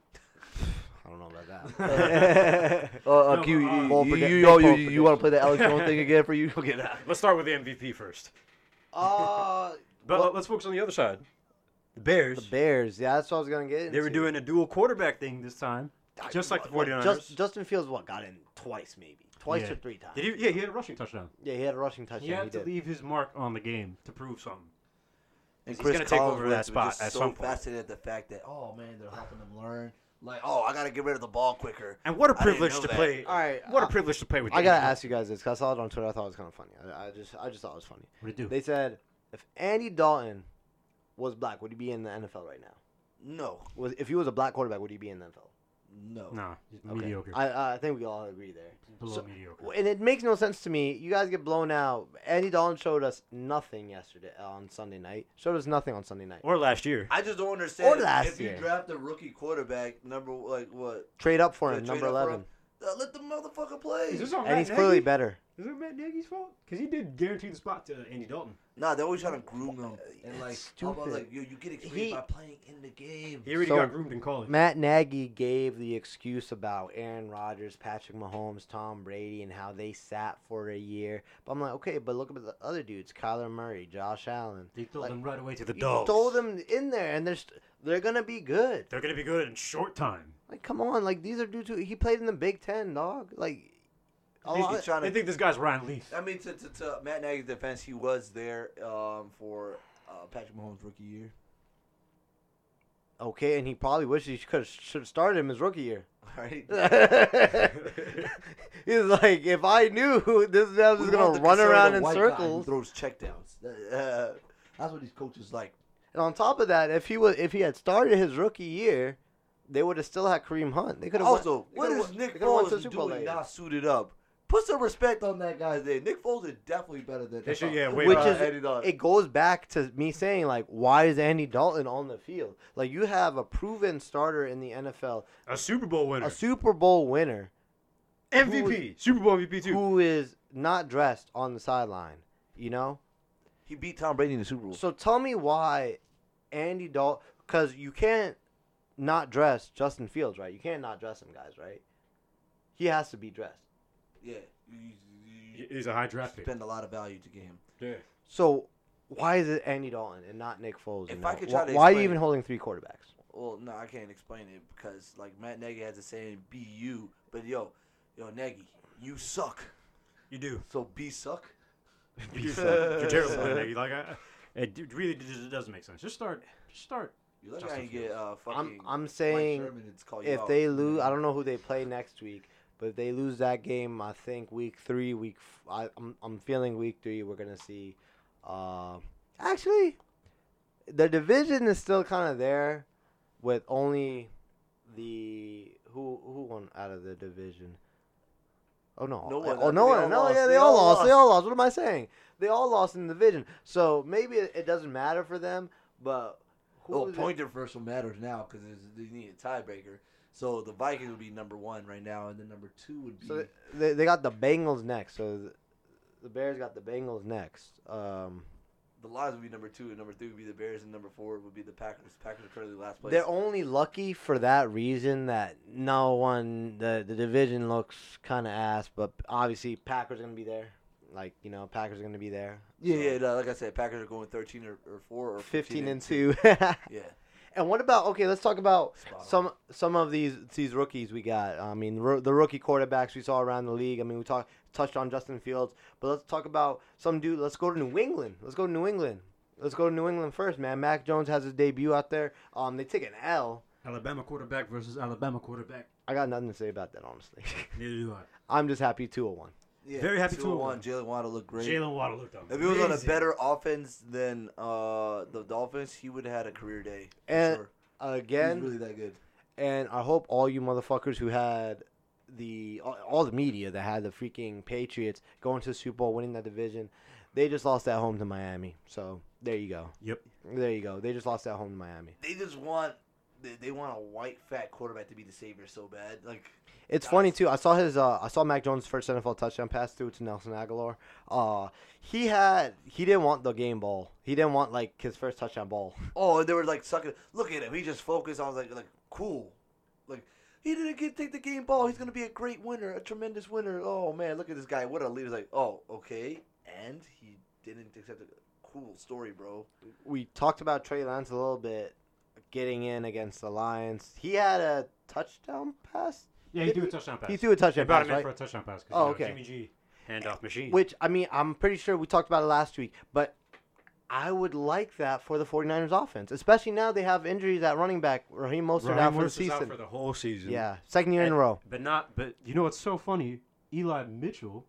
I don't know about (laughs)
that. Uh, uh,
No,
Q,
but, uh,
Bold
you, you,
predict-
you, oh,
big
you,
bold
you, want to play the Alex Jones thing again for you? (laughs) Okay, nah.
Let's start with the MVP first.
uh,
But
Well-
let's focus on the other side. The Bears.
(laughs) the Bears. Yeah, that's what I was gonna get.
They were
into.
doing a dual quarterback thing this time. Just like the
What,
49ers.
Just, Justin Fields what got in twice maybe, twice
Yeah.
or three times.
Did he, yeah, he had a rushing touchdown.
Yeah, he had a rushing touchdown.
He had to
did.
leave his mark on the game to prove something.
And
He's gonna take over
Collinsworth
that
was
spot
just
at
so
some point.
fascinated at the fact that oh man, they're helping them learn. Like, oh, I gotta get rid of the ball quicker.
And what a
I didn't
privilege
know
to
that.
play.
All right,
What a
I-
privilege to play with.
I
James
gotta
Harden.
ask you guys this because I saw it on Twitter. I thought it was kind of funny. I, I just, I just thought it was funny.
What do you do?
They said if Andy Dalton was black, would he be in the NFL right now?
No,
Was if he was a black quarterback, would he be in the NFL?
no.
Nah, he's
Okay.
mediocre.
I, I think we all agree there.
Below
so-
mediocre.
And it makes no sense to me. You guys get blown out. Andy Dalton showed us nothing yesterday uh, on Sunday night. Showed us nothing on Sunday night.
Or last year.
I just don't understand.
Or last
if you
year.
draft a rookie quarterback, number like what?
Trade up for
Yeah,
him,
trade
number
up for
eleven,
him. Uh, let the motherfucker play.
Oh,
and he's clearly better.
Is it Matt Nagy's fault? Because he did guarantee the spot to Andy Dalton.
Nah, they're always trying to groom him. And
it's
like, how
stupid.
about like you, you get experience
He-
by playing in the game.
He already
So-
got groomed in college.
Matt Nagy gave the excuse about Aaron Rodgers, Patrick Mahomes, Tom Brady, and how they sat for a year. But I'm like, okay, but look at the other dudes: Kyler Murray, Josh Allen.
they threw
like-
them right away to the
You
dogs.
throw them in there, and they're st- they're gonna be good.
They're going to be good in short time.
Like, come on, like these are dudes who he played in the Big Ten, dog. Like, a
He's
lot-
trying
They
to.
think this guy's Ryan Leaf.
I mean, to, to, to Matt Nagy's defense, he was there um, for uh, Patrick Mahomes' rookie year. (laughs)
okay, and he probably wishes he could should have started him his rookie
(laughs)
year.
All
(laughs)
right.
He's like, if I knew (laughs) this, I was
We
just
want
gonna
the
run around
conservative
in
white guy who
circles.
Throws checkdowns. (laughs) Uh, that's what these coaches like.
And on top of that, if he was, if he had started his rookie year, they would have still had Kareem Hunt. They could have
Also,
went, they
Oh,
coulda
what is
went- they
Nick
coulda went
Foles
to the Super Bowl
doing
later.
not suited up? Put some respect on that guy's name. Nick Foles is definitely better than
They should-
uh,
yeah, way
Which
uh,
is
Andy Dalton.
it goes back to me saying like, why is Andy Dalton on the field? Like you have a proven starter in the NFL,
A Super Bowl winner.
a Super Bowl winner,
MVP. Super Bowl MVP, too.
who is not dressed on the sideline. You know,
He beat Tom Brady in the Super Bowl.
So tell me why Andy Dalton, because you can't not dress Justin Fields, right? You can't not dress him, guys, right? He has to be dressed.
yeah, you- you-
He's a high draft
you
pick.
spend a lot of value to get him.
Yeah.
So why is it Andy Dalton and not Nick Foles?
If
and
I
not-
could try
wh-
to
why are you
explain-
even holding three quarterbacks?
Well, no, I can't explain it because like Matt Nagy has a saying, "Be you," but yo, yo Nagy, you suck.
You do.
So be suck.
You do. suck. You're terrible. Ryan Nagy. Like, I, it d- really d- just doesn't make sense. Just start. Just start.
You look
Justin
how you get uh,
I'm
fucking.
I'm
Mike
saying
Sherman to call you
if
out.
they lose, I don't know who they play next week, but if they lose that game, I think week three, week f- I, I'm I'm feeling week three, we're gonna see. Uh, actually, the division is still kind of there, with only the who who won out of the division. Oh no!
No one.
Oh no
They all
one! No,
lost.
yeah, they, all lost. They all lost. What am I saying? They all lost in the division, so maybe it, it doesn't matter for them. But who
Oh,
was it-
point differential matters now because they need a tiebreaker. So the Vikings would be number one right now, and then number two would be.
So they, they got the Bengals next. So the, the Bears got the Bengals next. Um,
the Lions would be number two, and number three would be the Bears, and number four would be the Packers. Packers are currently last place.
they're only lucky for that reason that no one the the division looks kind of ass. But obviously Packers are gonna be there. Like you know Packers are gonna be there.
yeah, yeah. No, like I said, Packers are going thirteen or, or four or
Fifteen and
and
two. (laughs)
Yeah,
and what about okay? Let's talk about
Spot on.
some some of these these rookies we got. I mean, ro- the rookie quarterbacks we saw around the league. I mean, we talked touched on Justin Fields, but let's talk about some dude. Let's go to New England. Let's go to New England. Let's go to New England first, man. Mac Jones has his debut out there. Um, they take an L.
Alabama quarterback versus Alabama quarterback.
I got nothing to say about that, honestly. (laughs)
Neither do I.
I'm just happy 201.
yeah.
Very happy
two
to-
one. Jalen Waddle looked great.
Jalen Waddle looked up.
if he was on a better offense than uh, the Dolphins, he would have had a career day. For
And
sure.
Again,
he's really that good.
And I hope all you motherfuckers who had the all- all the media that had the freaking Patriots going to the Super Bowl, winning that division, they just lost that home to Miami. So there you go.
Yep.
There you go. They just lost that home to Miami.
They just want they, they want a white fat quarterback to be the savior so bad. Like
It's funny too. I saw his. Uh, I saw Mac Jones' first NFL touchdown pass through to Nelson Aguilar. Uh, he had. He didn't want the game ball. He didn't want like his first touchdown ball.
Oh, and they were like sucking. Look at him. He just focused. I was like, like cool. Like he didn't get take the game ball. He's gonna be a great winner, a tremendous winner. Oh man, look at this guy. What a leader. Like oh okay, and he didn't accept it. Cool story, bro.
we talked about Trey Lance a little bit getting in against the Lions. He had a touchdown pass.
Yeah, he threw a touchdown pass.
He threw a
They
touchdown
brought
pass,
him in
right?
for a touchdown pass. 'cause,
Oh,
you know,
okay.
Jimmy G, handoff machine.
Which I mean, I'm pretty sure we talked about it last week, but I would like that for the 49ers offense, especially now they have injuries at running back. Raheem Mostert out
Raheem
for the
Morris is out
season.
for the whole season.
yeah, second year in a row.
But not. But you know what's so funny? Eli Mitchell.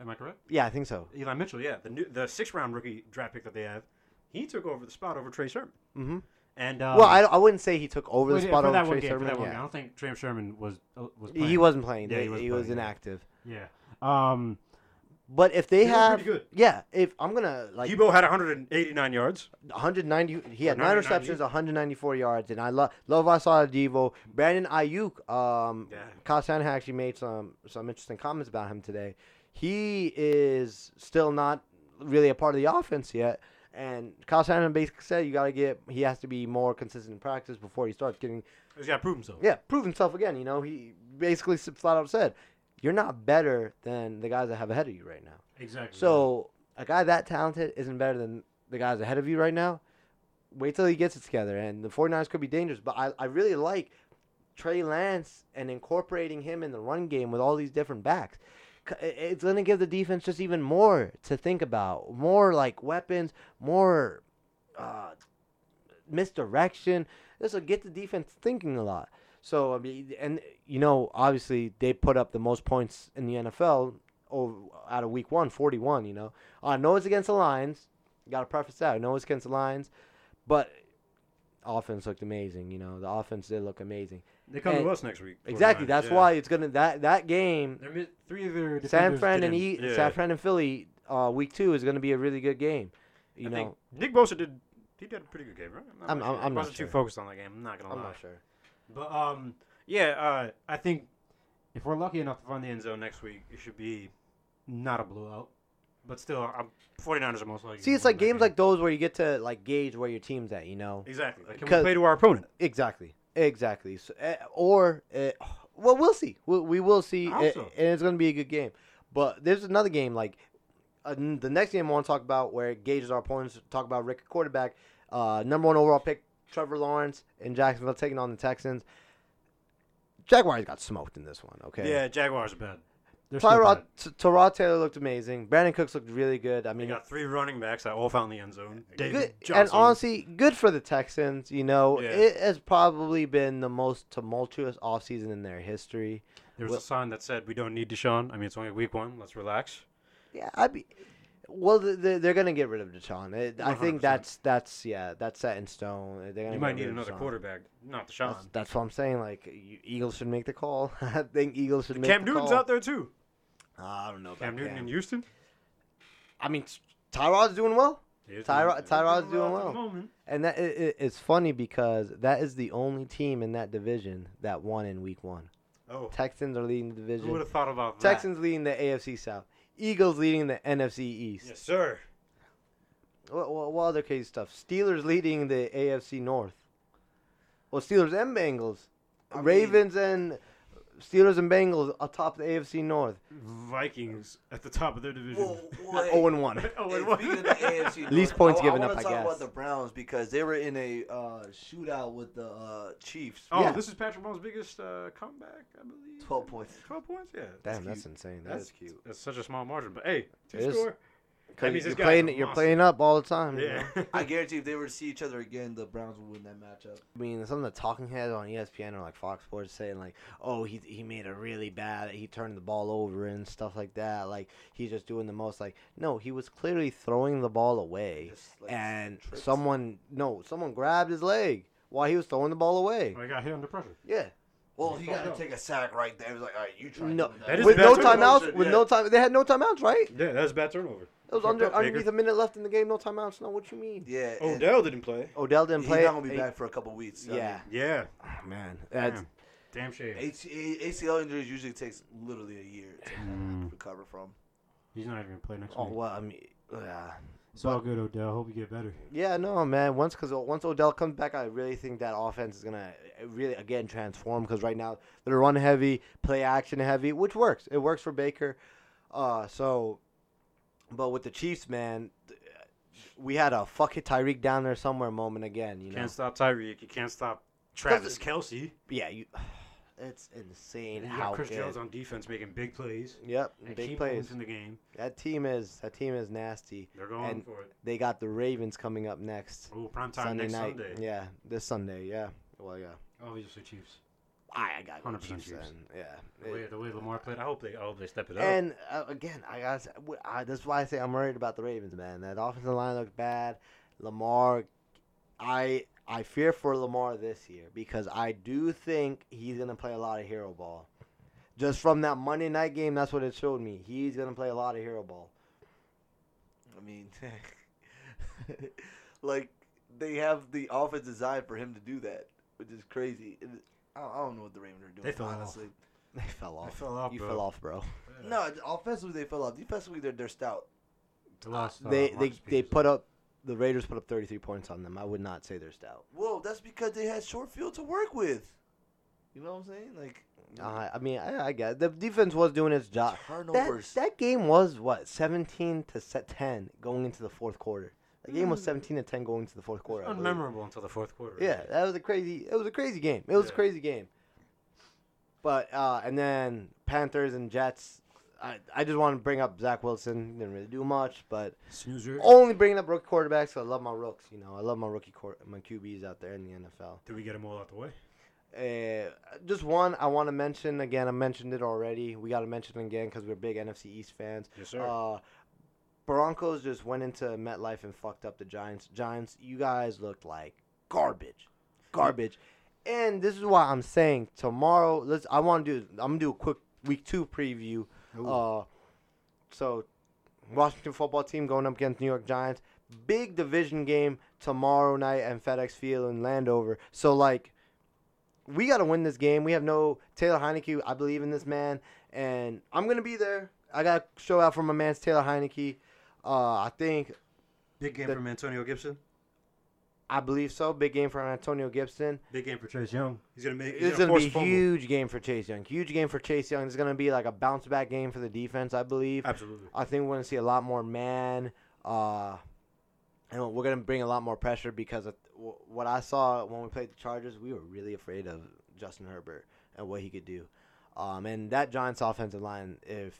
Am I correct?
Yeah, I think so.
Eli Mitchell. Yeah, the new, the sixth round rookie draft pick that they have. He took over the spot over Trey Sermon.
hmm
And um,
well, I, I wouldn't say he took over the
wait,
spot
for
over
that one
Trey
game, For
Sermon.
that one game. I
yeah.
don't think Trey Sermon was uh, was. Playing.
He wasn't playing.
Yeah,
They-
he
he, was
wasn't playing, yeah.
inactive.
Yeah. Um.
But if
He
they
looked
have,
pretty good.
yeah, if I'm gonna like
Debo had 189 yards.
190, he had
Or 990.
nine receptions, 194 yards, and I love love I saw Devo. Brandon Ayuk, um,
Yeah.
Kyle Shanahan actually made some some interesting comments about him today. He is still not really a part of the offense yet, and Kyle Shanahan basically said you got to get he has to be more consistent in practice before he starts getting
He's got to prove himself.
yeah, prove himself again. You know, he basically s- flat out said, "You're not better than the guys that have ahead of you right now."
Exactly.
So a guy that talented isn't better than the guys ahead of you right now. Wait till he gets it together, and the 49ers could be dangerous. But I, I really like Trey Lance and incorporating him in the run game with all these different backs. C- i- It's going to give the defense just even more to think about, more like weapons, more uh, misdirection. This will get the defense thinking a lot. So I mean, and you know, obviously they put up the most points in the NFL over, out of Week One, 41. You know, I know it's against the Lions. Got to preface that. I know it's against the Lions, but offense looked amazing. You know, the offense did look amazing.
they come
and-
to us next week.
Exactly.
49ers,
That's
yeah.
why it's gonna that that game.
They're mi- three of their
San
defenders
Fran and
didn't-
e,
yeah.
San Fran and Philly, uh, Week Two is gonna be a really good game. You
I
know,
think Nick Bosa did. He did a pretty good game, right?
I'm-
not
I'm-
sure.
I'm
I
not
wasn't
sure.
too focused on that game. I'm not gonna
I'm
lie.
not sure.
But um, yeah, uh, I think if we're lucky enough to find the end zone next week, it should be not a blowout, but still, I'm, 49ers are most likely.
See,
to
it's
win
like
that
games
game.
like those where you get to like gauge where your team's at. You know,
exactly. Like, can we
'Cause-
play to our opponent?
Exactly. Exactly. So, eh, or eh, well, we'll see. We, we will see,
I hope
eh,
so.
and it's going to be a good game. But there's another game like uh, n- the next game I want to talk about where it gauges our opponents. Talk about Rick, quarterback, uh, number one overall pick, Trevor Lawrence in Jacksonville taking on the Texans. Jaguars got smoked in this one. Okay.
Yeah, Jaguars are bad. They're still
Tyrod
bad.
T- Tyrod Taylor looked amazing. Brandon Cooks looked really good. I
They
mean,
got three running backs that all found the end zone. David
good, and
Johnson.
honestly, good for the Texans. You know,
Yeah.
it has probably been the most tumultuous offseason in their history.
there was
well-
a sign that said, "We don't need Deshaun. I mean, it's only week one. Let's relax."
Yeah, I'd be. Well, th- th- they're gonna get rid of Deshaun. It, I
100%.
think that's that's yeah, that's set in stone. They're gonna
You
get
might
rid
need
of
another
Deshaun.
quarterback, not Deshaun.
That's, that's what I'm saying. Like you, Eagles should make the call. (laughs) I think Eagles should make
Cam
the
Newton's
call.
out there too.
I don't know about
Cam Newton
Cam.
in Houston.
I mean, Tyrod's doing well.
He is
Tyro-
doing-
Tyrod's doing
at the
well.
moment.
And that it, it, it's funny because that is the only team in that division that won in Week One.
Oh,
Texans are leading the division.
who would have thought about that?
Texans leading the AFC South. Eagles leading the NFC East.
Yes, sir.
What, what, what other crazy stuff? Steelers leading the AFC North. Well, Steelers and Bengals.
I mean-
Ravens and Steelers and Bengals atop the AFC North.
Vikings at the top of their division. (laughs)
Well,
Not
well,
0 and 1.
Oh,
Hey,
and what-
speaking of the AFC,
(laughs)
North,
Least points
I,
given
I
up,
wanna
I
talk
guess.
about the Browns because they were in a uh, shootout with the uh, Chiefs.
Oh,
Yeah.
this is Patrick Mahomes' biggest uh, comeback, I believe.
12 points.
Twelve points, yeah. That's
Damn, that's
cute.
insane.
That's-
That's cute.
That's such a small margin, but hey, two
It is.
score. That means
you're
this guy's
playing,
a
you're
monster.
playing up all the time. you know?
Yeah. (laughs)
I guarantee if they were to see each other again, the Browns would win that matchup.
I mean, some of the talking heads on E ESPN or like Fox Sports saying like, "Oh, he he made a really bad. He turned the ball over and stuff like that. Like he's just doing the most. Like no, he was clearly throwing the ball away,
Just, like,
and
trips.
someone no, someone grabbed his leg while he was throwing the ball away.
I got hit under pressure.
Yeah,
Well, he got to take a sack right there. It was like, all right, you try.
no,
doing
That is
with
bad
no
turnover.
timeouts. With no time, they had no timeouts, right?
Yeah, that was a bad turnover.
It was
Kept
under
up, Baker.
underneath a minute left in the game. No timeouts. No, what you mean?
Yeah. and
Odell didn't play.
Odell didn't
He's
play.
not gonna be
Hey,
back for a couple weeks. I
Yeah,
Yeah.
Oh, man, that's
Damn. Damn shame.
mean, A- ACL injuries usually takes literally a year to
Mm.
(laughs) recover from.
He's not even gonna play next
oh
week.
well. I mean, yeah.
It's all good, Odell. Hope you get better.
Yeah, no, man. Once because once Odell comes back, I really think that offense is gonna uh, really again transform. Because right now they're run heavy, play action heavy, which works. It works for Baker. Uh, so, but with the Chiefs, man, th- eh, we had a fuck it Tyreek down there somewhere moment again. You know,
Can't stop Tyreek. You can't stop Travis
Doesn't-
Kelsey.
yeah, you. (sighs) It's insane
And you got
how
Chris
good.
Jones on defense making big plays.
Yep,
And
big
keep
plays.
in the game.
That team is that team is nasty.
They're going
And-
for it.
They got the Ravens coming up next
Oh, prime time
Sunday
next
night.
Sunday.
Yeah, this Sunday. Yeah. Well, yeah.
Obviously, Chiefs.
I, I got
100%
Chiefs.
Chiefs.
Then. Yeah.
The way, the way Lamar played, I hope they, I hope they step it up.
And uh, again, I got I, that's why I say I'm worried about the Ravens, man. That offensive line looked bad. Lamar, I I fear for Lamar this year because I do think he's gonna play a lot of hero ball. Just from that Monday night game, that's what it showed me. He's gonna play a lot of hero ball. (laughs)
I mean, (laughs) like they have the offense designed for him to do that, which is crazy. And I I don't know what the Ravens are doing.
They fell off.
honestly.
They fell
I
off.
fell off.
you
bro.
fell off, bro.
Yeah.
No, it's- offensively they fell off. Defensively they're they're stout.
They lost, uh,
they they
Marcus
they
Peters.
put up the Raiders put up 33 points on them. I would not say they're stout.
Whoa, that's because they had short field to work with. You know what I'm saying? Like
Uh-huh.
Uh, I mean, I, I guess the defense was doing its job. That,
turnovers.
that game was what 17 to se- 10 going into the fourth quarter. That game was 17 to 10 going into the fourth quarter. I believe.
Mm. unmemorable until the fourth quarter.
Yeah, that was a crazy. It was a crazy game. It was a
Yeah.
crazy game. But uh, and then Panthers and Jets. I, I just want to bring up Zach Wilson. Didn't really do much, but
Snoozer.
only bringing up rookie quarterbacks. 'cause I love my rooks. You know, I love my rookie quar my QBs out there in the NFL.
Did we get them all out the way?
Uh, just one I want to mention again. I mentioned it already. We got to mention it again because we're big NFC East fans.
Yes, sir.
Uh, Broncos just went into MetLife and fucked up the Giants. Giants, you guys looked like garbage, garbage. And this is why I'm saying tomorrow. Let's. I want to do. I'm gonna do a quick week two preview. Uh, so Washington football team going up against New York Giants. Big division game tomorrow night at FedEx Field in Landover. So like, we got to win this game. We have no Taylor Heineke. I believe in this man, and I'm gonna be there. I got to show out for my man's Taylor Heineke. Uh, I think
Big game
the-
from Antonio Gibson.
I believe so. Big game for Antonio Gibson.
Big game for Chase Young. He's gonna make. He's
It's
gonna,
gonna be a
force fumble.
huge game for Chase Young. Huge game for Chase Young. It's gonna be like a bounce back game for the defense. I believe.
Absolutely.
I think we're gonna see a lot more man. Uh, and we're gonna bring a lot more pressure because of wh- what I saw when we played the Chargers, we were really afraid of Justin Herbert and what he could do. Um, and that Giants offensive line, if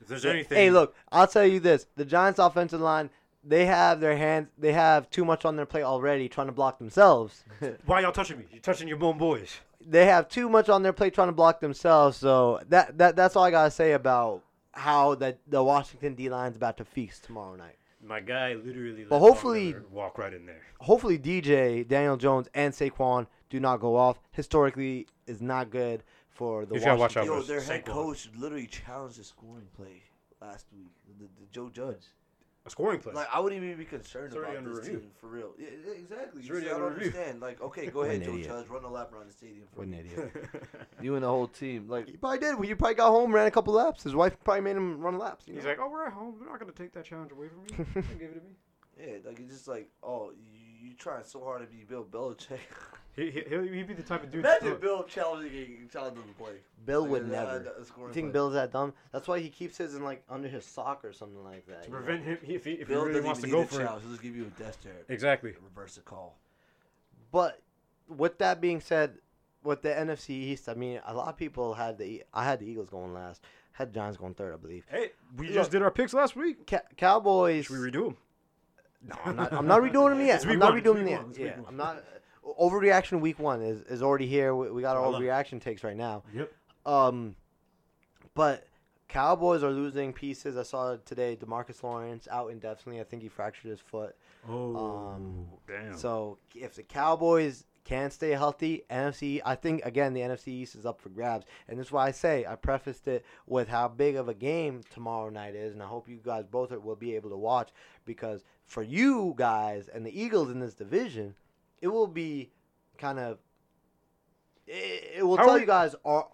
If there's anything.
Hey, look, I'll tell you this: the Giants' offensive line, they have their hands, they have too much on their plate already, trying to
(laughs)
block themselves.
Why y'all touching me? You're touching your own boys.
they have too much on their plate trying to block themselves. So that that that's all I gotta say about how the the Washington D line's about to feast tomorrow night.
My guy literally. Let
But hopefully-
Von Miller walk right in there.
Hopefully, DJ Daniel Jones and Saquon do not go off. Historically, is not good for the
You gotta watch
Washington.
out
Yo,
was
their head
Saquon.
coach literally challenged the scoring play last week. The, the Joe Judge.
A scoring play.
Like I wouldn't even be concerned
It's already
about
under
this
review.
team for real. Yeah, yeah, exactly.
It's
You
already
see, I
under
don't
review.
understand. Like, okay, go
What
ahead,
an
Joe
idiot.
Judge, run a lap around the stadium for
What an
me. (laughs)
idiot!
(laughs)
You and the whole team, like
He probably did. He probably got home, ran a couple laps. His wife probably made him run laps. You
(laughs)
know?
He's like, oh, we're at home. We're not gonna take that challenge away
(laughs)
from you. You can give it to me.
Yeah, like it's just like, oh, you, you trying so hard to be Bill
(laughs)
Belichick.
He, he, he'll- he'd be the type of dude. to
Imagine
throw-
Bill challenging challenging the play.
Bill
Like,
would
uh,
never.
uh, scoring
You think
play.
Bill's that dumb? That's why he keeps his in like under his sock or something like that.
to
you know?
prevent him he- if he, if
Bill
he really
doesn't
wants to
even
go
need a
for it.
challenge. He'll just give you a death stare.
Exactly.
Reverse the call.
But with that being said, with the NFC East, I mean, a lot of people had the E- I had the Eagles going last, had Giants going third, I believe.
Hey, we
Look.
just did our picks last week.
Ca- Cowboys.
Should we redo them?
no, I'm not, I'm not redoing
(laughs)
them yet.
It's week
I'm not
one, it's
redoing
week
them
one,
yet.
it's week
Yeah,
one.
I'm not. uh, Overreaction week one is, is already here. We, we got our
Hold on.
overreaction takes right now.
Yep.
Um, but Cowboys are losing pieces. I saw today Demarcus Lawrence out indefinitely. I think he fractured his foot.
Oh,
Um,
damn.
So if the Cowboys can stay healthy, NFC, I think again the NFC East is up for grabs, and that's why I say I prefaced it with how big of a game tomorrow night is, and I hope you guys both are, will be able to watch because for you guys and the Eagles in this division, it will be kind of it, it will
How
tell
are-
you guys are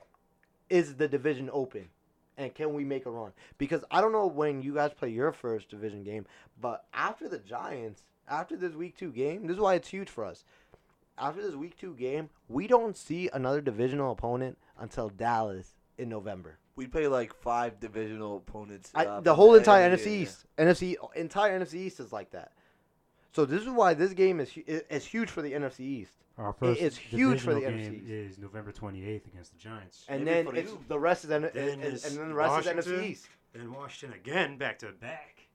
is the division open. And can we make a run? Because I don't know when you guys play your first division game, but after the Giants, after this week two game, this is why it's huge for us. After this week two game, we don't see another divisional opponent until Dallas in November.
We play like five divisional opponents.
I,
uh,
the
from
whole entire
every
NFC
year.
East, NFC entire NFC East is like that. So this is why this game is hu- i- is huge for the NFC East.
Our
first it's huge for the divisional
game
game NFC.
is November 28th against the Giants.
And
Maybe
then
for
it's
you.
the rest is N- and,
Then
and,
it's
and then the rest is
Washington.
NFC East.
then Washington again, back to back.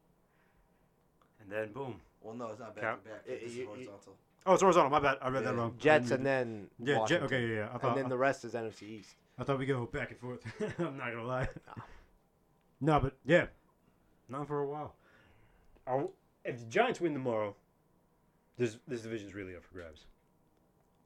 And then boom.
Well, no, it's not back
Cap-
to back.
it-
This
it-
is
it-
horizontal.
Oh, it's horizontal. My bad. I read that
Yeah.
wrong.
Jets
I didn't read
and then
it. yeah, Jet,
Washington.
okay, yeah, yeah. I thought
and then the rest is NFC East.
I thought we go back and forth. (laughs) I'm not gonna lie. No, but yeah, not for a while. i if the Giants win tomorrow, this this division's really up for grabs.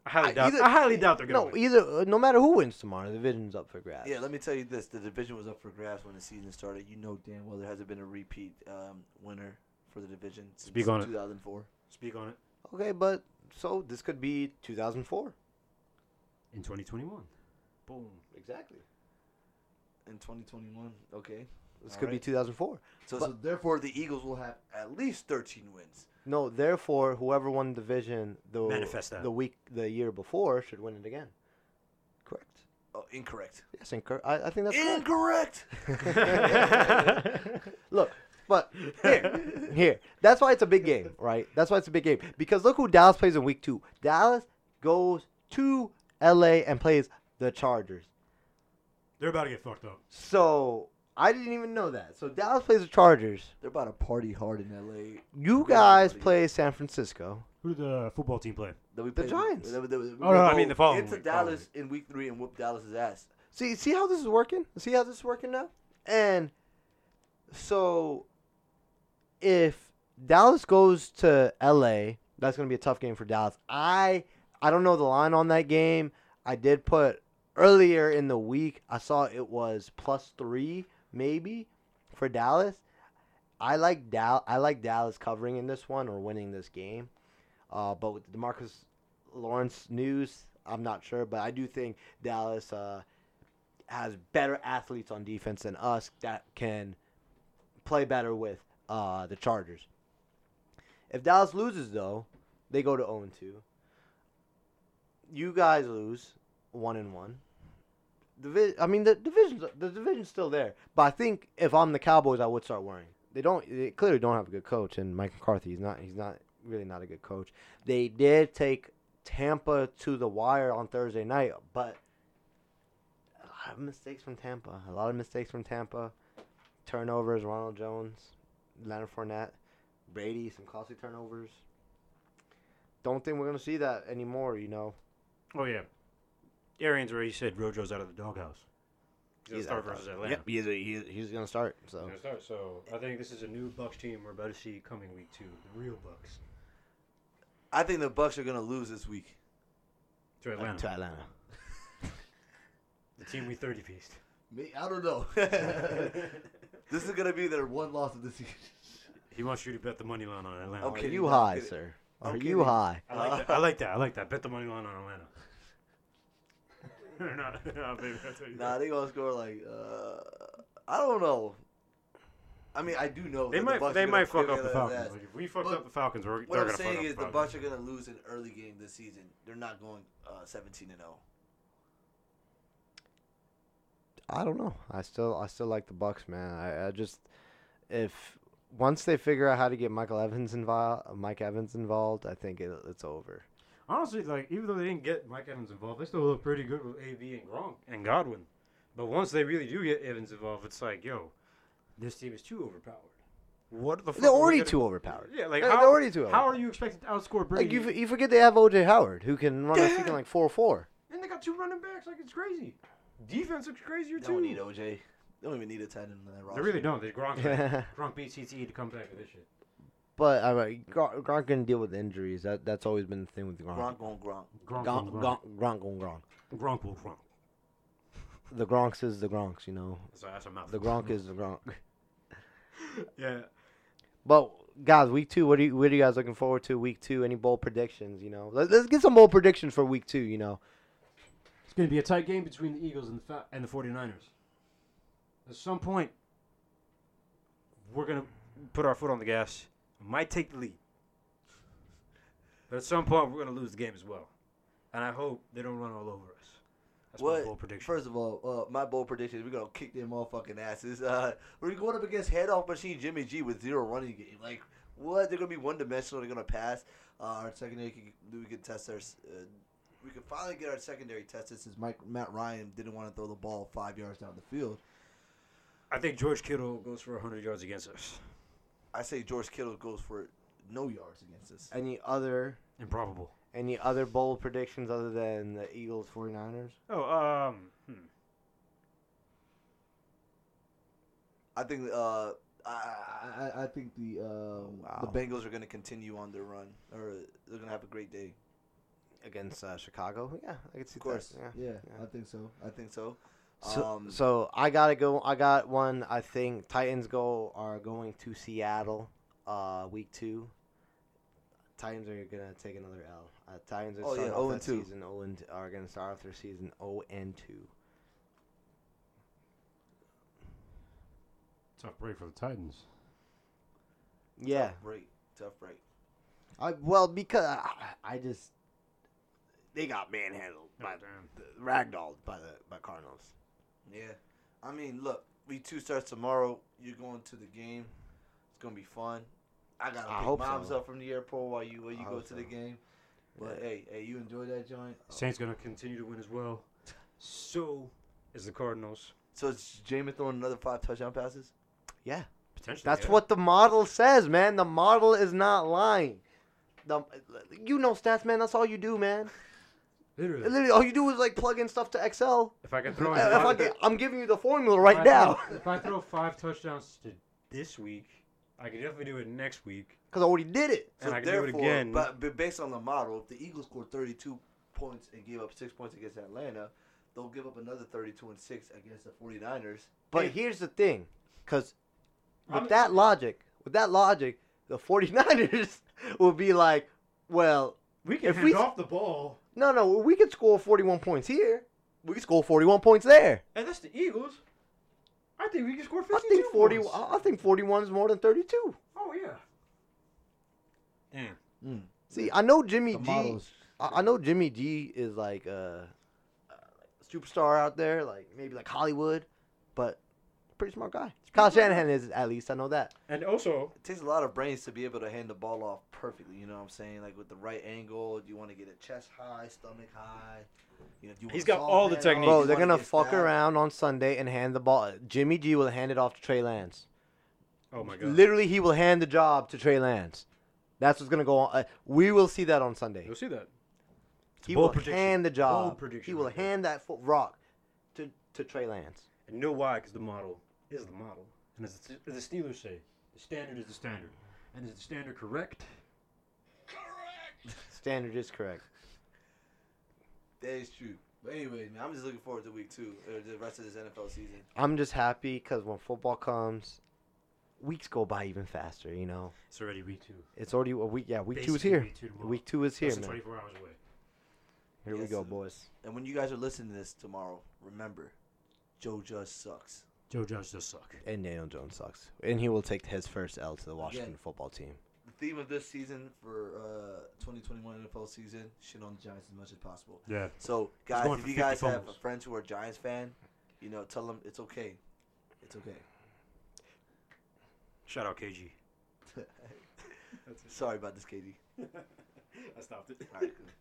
I highly
I-
doubt.
either-
I highly doubt they're gonna
No,
win.
either no matter who wins tomorrow, the division's up for grabs.
Yeah, let me tell you this: the division was up for grabs when the season started. You know damn well there hasn't been a repeat um, winner for the division since
Speak on it.
2004.
e-,
Speak on it
Okay, but so this could be 2004.
in (laughs)
(laughs)
2021. Boom.
Exactly.
In 2021, okay.
This
All
could be
right.
2004.
So,
but-
so therefore, the Eagles will have at least 13 wins.
No, therefore, whoever won the division the
Manifest that.
the week the year before should win it again. Correct.
Oh, incorrect.
Yes, and cor- I, I think that's correct.
incorrect. (laughs)
Look, but here, here. That's why it's a big game, right? That's why it's a big game because look who Dallas plays in week two. Dallas goes to L.A. and plays the Chargers.
They're about to get fucked up.
So I didn't even know that. So Dallas plays the Chargers.
They're about to party hard in L.A.
You
Yeah,
guys
buddy.
play San Francisco.
Who did the football team play?
That we
The
played-
Giants.
that we- that we- we
Oh, no, I
go
mean the following
Into
week, following
Dallas in week three and whoop Dallas's ass.
See, see how this is working. See how this is working now. And so, if Dallas goes to L.A., that's going to be a tough game for Dallas. I I don't know the line on that game. I did put earlier in the week. I saw it was plus three maybe for Dallas. I like Dal- I like Dallas covering in this one or winning this game. Uh, but with the Demarcus Lawrence news, I'm not sure, but I do think Dallas uh, has better athletes on defense than us that can play better with uh, the Chargers. If Dallas loses, though, they go to 0 2. You guys lose 1 and 1. Divi- I mean, the division's, the division's still there, but I think if I'm the Cowboys, I would start worrying. They don't. They clearly don't have a good coach, and Mike McCarthy. He's not. He's not really not a good coach. They did take Tampa to the wire on Thursday night, but a lot of mistakes from Tampa. A lot of mistakes from Tampa. Turnovers, Ronald Jones, Leonard Fournette, Brady, some costly turnovers. Don't think we're gonna see that anymore, you know.
Oh yeah, Arians already said Rojo's out of the doghouse. He's
He's out
gonna
of
start versus
doghouse.
Atlanta.
Yep, he's, he's, he's gonna start. So
Gonna start. So I think this is a new Bucks team we're about to see coming week two. The real Bucks
I think the Bucks are gonna lose this week.
to Atlanta,
to Atlanta.
the team we thirty pieced.
Me, I don't know. (laughs) this is gonna be their one loss of the season.
He wants you to bet the money line on Atlanta.
Are
Okay. Kidding,
you
no,
high,
kidding.
sir?
I'm
Are you
kidding.
high?
I like that. I like that. I like that. Bet the money line on Atlanta. (laughs) They're not- they're not big, I'll tell you
Nah,
that.
they gonna score like uh, I don't know. I mean, I do know
they
that the
might.
Bucks
They
are
might fuck
gonna kick
up the
Atlanta's
Falcons.
ass.
Like, if we fucked
But
up the Falcons, we're,
What
they're
I'm
gonna fuck
saying
up
is the
the
Bucks are gonna lose an early game this season. They're not going uh, 17 and 0.
I don't know. I still I still like the Bucks, man. I, I just if once they figure out how to get Michael Evans involved, Mike Evans involved, I think it, it's over.
Honestly, like even though they didn't get Mike Evans involved, they still look pretty good with AB and Gronk and Godwin. But once they really do get Evans involved, it's like, yo, this team is too overpowered. What the? fuck
They're
are we
already
gonna-
too overpowered.
Yeah, like
They're-
how,
they're already too
How
overpowered.
are you expected to outscore
Like
Brady?
you, f- you forget they have OJ Howard who can run a freaking like four four.
and they got two running backs. Like it's crazy. Defense looks crazier
They
too.
don't need OJ. They don't even need a tight end on that roster.
They really don't. They Gronk.
(laughs) Yeah.
Gronk beats CTE to come back with this shit.
But I mean, Gron- Gronk can deal with injuries. That that's always been the thing with Gronk.
Gronk on Gronk.
Gronk.
Gronk,
will
Gronk, Gronk, Gronk, Gronk.
Gronk. Gronk will Gronk.
The Gronks is the Gronks, you know.
That's, that's a mouth.
The Gronk is the Gronk.
Yeah.
But guys, week two. What are you? What are you guys looking forward to? Week two. Any bold predictions? You know, Let, let's get some bold predictions for week two. You know,
It's going to be a tight game between the Eagles and the, Fa- and the 49ers. At some point, we're going to put our foot on the gas. Might take the lead. But at some point, we're going to lose the game as well. And I hope they don't run all over us. That's my
What?
bold prediction.
First of all, uh, my bold prediction is we're gonna kick their motherfucking asses. Uh, we're going up against head off machine Jimmy G with zero running game. Like what? They're gonna be one dimensional. They're gonna pass. Uh, our secondary, could, we could test our. s- Uh, we could finally get our secondary tested since Mike Matt Ryan didn't want to throw the ball five yards down the field.
I think George Kittle goes for 100 yards against us.
I say George Kittle goes for no yards against us.
Any other
Improbable.
any other bold predictions other than the Eagles 49ers?
Oh, um, hmm.
I think uh, I, I I- I think the um,
Wow.
the Bengals are going to continue on their run, or they're going to have a great day.
Against uh, Chicago? Yeah, I could see
Of course,
that. Yeah. yeah.
I think so. I think so.
So,
um,
so I gotta go. I got one. I think Titans go are going to Seattle, uh, week two. Titans are gonna take another L. Uh, Titans are
Oh,
starting
yeah,
off
0
that
and 2.
season. 0 and are gonna start off their season zero and two.
Tough break for the Titans.
Yeah.
tough break, tough break.
I well because I, I just they got manhandled by
damn.
the, ragdolled by the by Cardinals.
Yeah, I mean, look, week two starts tomorrow. You're going to the game. It's going to be fun. I got to
I
pick
hope
moms
so.
up from the airport while you while you
I
go
hope
to the
so. Oh.
game. But hey, hey, you enjoy that joint.
Saints gonna continue to win as well. So is the Cardinals.
So it's Jameis throwing another five touchdown passes.
Yeah.
Potentially.
That's
yeah.
what the model says, man. The model is not lying. The, you know stats, man. That's all you do, man.
Literally.
Literally, all you do is like plug in stuff to Excel.
If I can throw in
Uh, if I
five-
get,
(laughs)
I'm giving you the formula
if
right
I
now (laughs)
throw- if I throw five touchdowns to this week, I could definitely do it next week.
because I already did it.
So
and I can do
therefore,
it again.
But, but based on the model, if the Eagles scored 32 points and gave up six points against Atlanta, they'll give up another 32 and six against the 49ers.
But here's the thing, because with
I'm-
that logic, with that logic, the 49ers (laughs) will be like, well,
we
if we-
the ball.
no, no, we could score 41 points here. We could score 41 points there.
And that's the Eagles. I think we can score 52
I think 40.
points.
I I think 41 is more than 32.
Oh, yeah. Damn.
See, I know Jimmy
The
G. I
models.
I know Jimmy G is like a, a superstar out there, like maybe like Hollywood, but pretty smart guy. Kyle Shanahan is at least I know that.
And also,
It takes a lot of brains to be able to hand the ball off perfectly. You know what I'm saying? Like with the right angle, you want to get it chest high, stomach high. You know, do you
He's got
wanna solve
all the
handoff,
techniques.
Bro,
you
they're
wanna
gonna
get
fuck
stabbed.
around on Sunday and hand the ball. Jimmy G will hand it off to Trey Lance.
oh my God.
Literally, he will hand the job to Trey Lance. That's what's gonna go on. Uh, we will see that on Sunday.
You'll see that.
He
bold
will
prediction.
hand the
Bold
job. He
prediction
will
right there.
hand that fo- rock to to Trey Lance.
And you know why? Because the model is the model. And as the, as the Steelers say, the standard is the standard. And is the standard correct?
Correct!
Standard is correct.
That is true. But anyway, man, I'm just looking forward to week two or the rest of this NFL season.
I'm just happy because when football comes, weeks go by even faster. You know,
It's already week two.
it's already a week. Yeah, week two is
Basically
here.
week two tomorrow.
Week two is here,
Less than
man.
24 hours away.
Here we
Yes,
go,
sir.
boys.
And when you guys are listening to this tomorrow, remember, Joe Judge sucks.
Joe Judge does suck.
And Daniel Jones sucks, and he will take his first L to the Washington
Again.
football team.
the theme of this season for uh, 2021 NFL season, shit on the Giants as much as possible.
Yeah.
So,
He's
guys,
going
if
for
you
50
guys have
fumbles.
friends who are Giants fan, you know, tell them it's okay. It's okay.
Shout out (laughs) KG.
(laughs) Sorry about this, Katie.
I stopped it. (laughs)
All right, cool.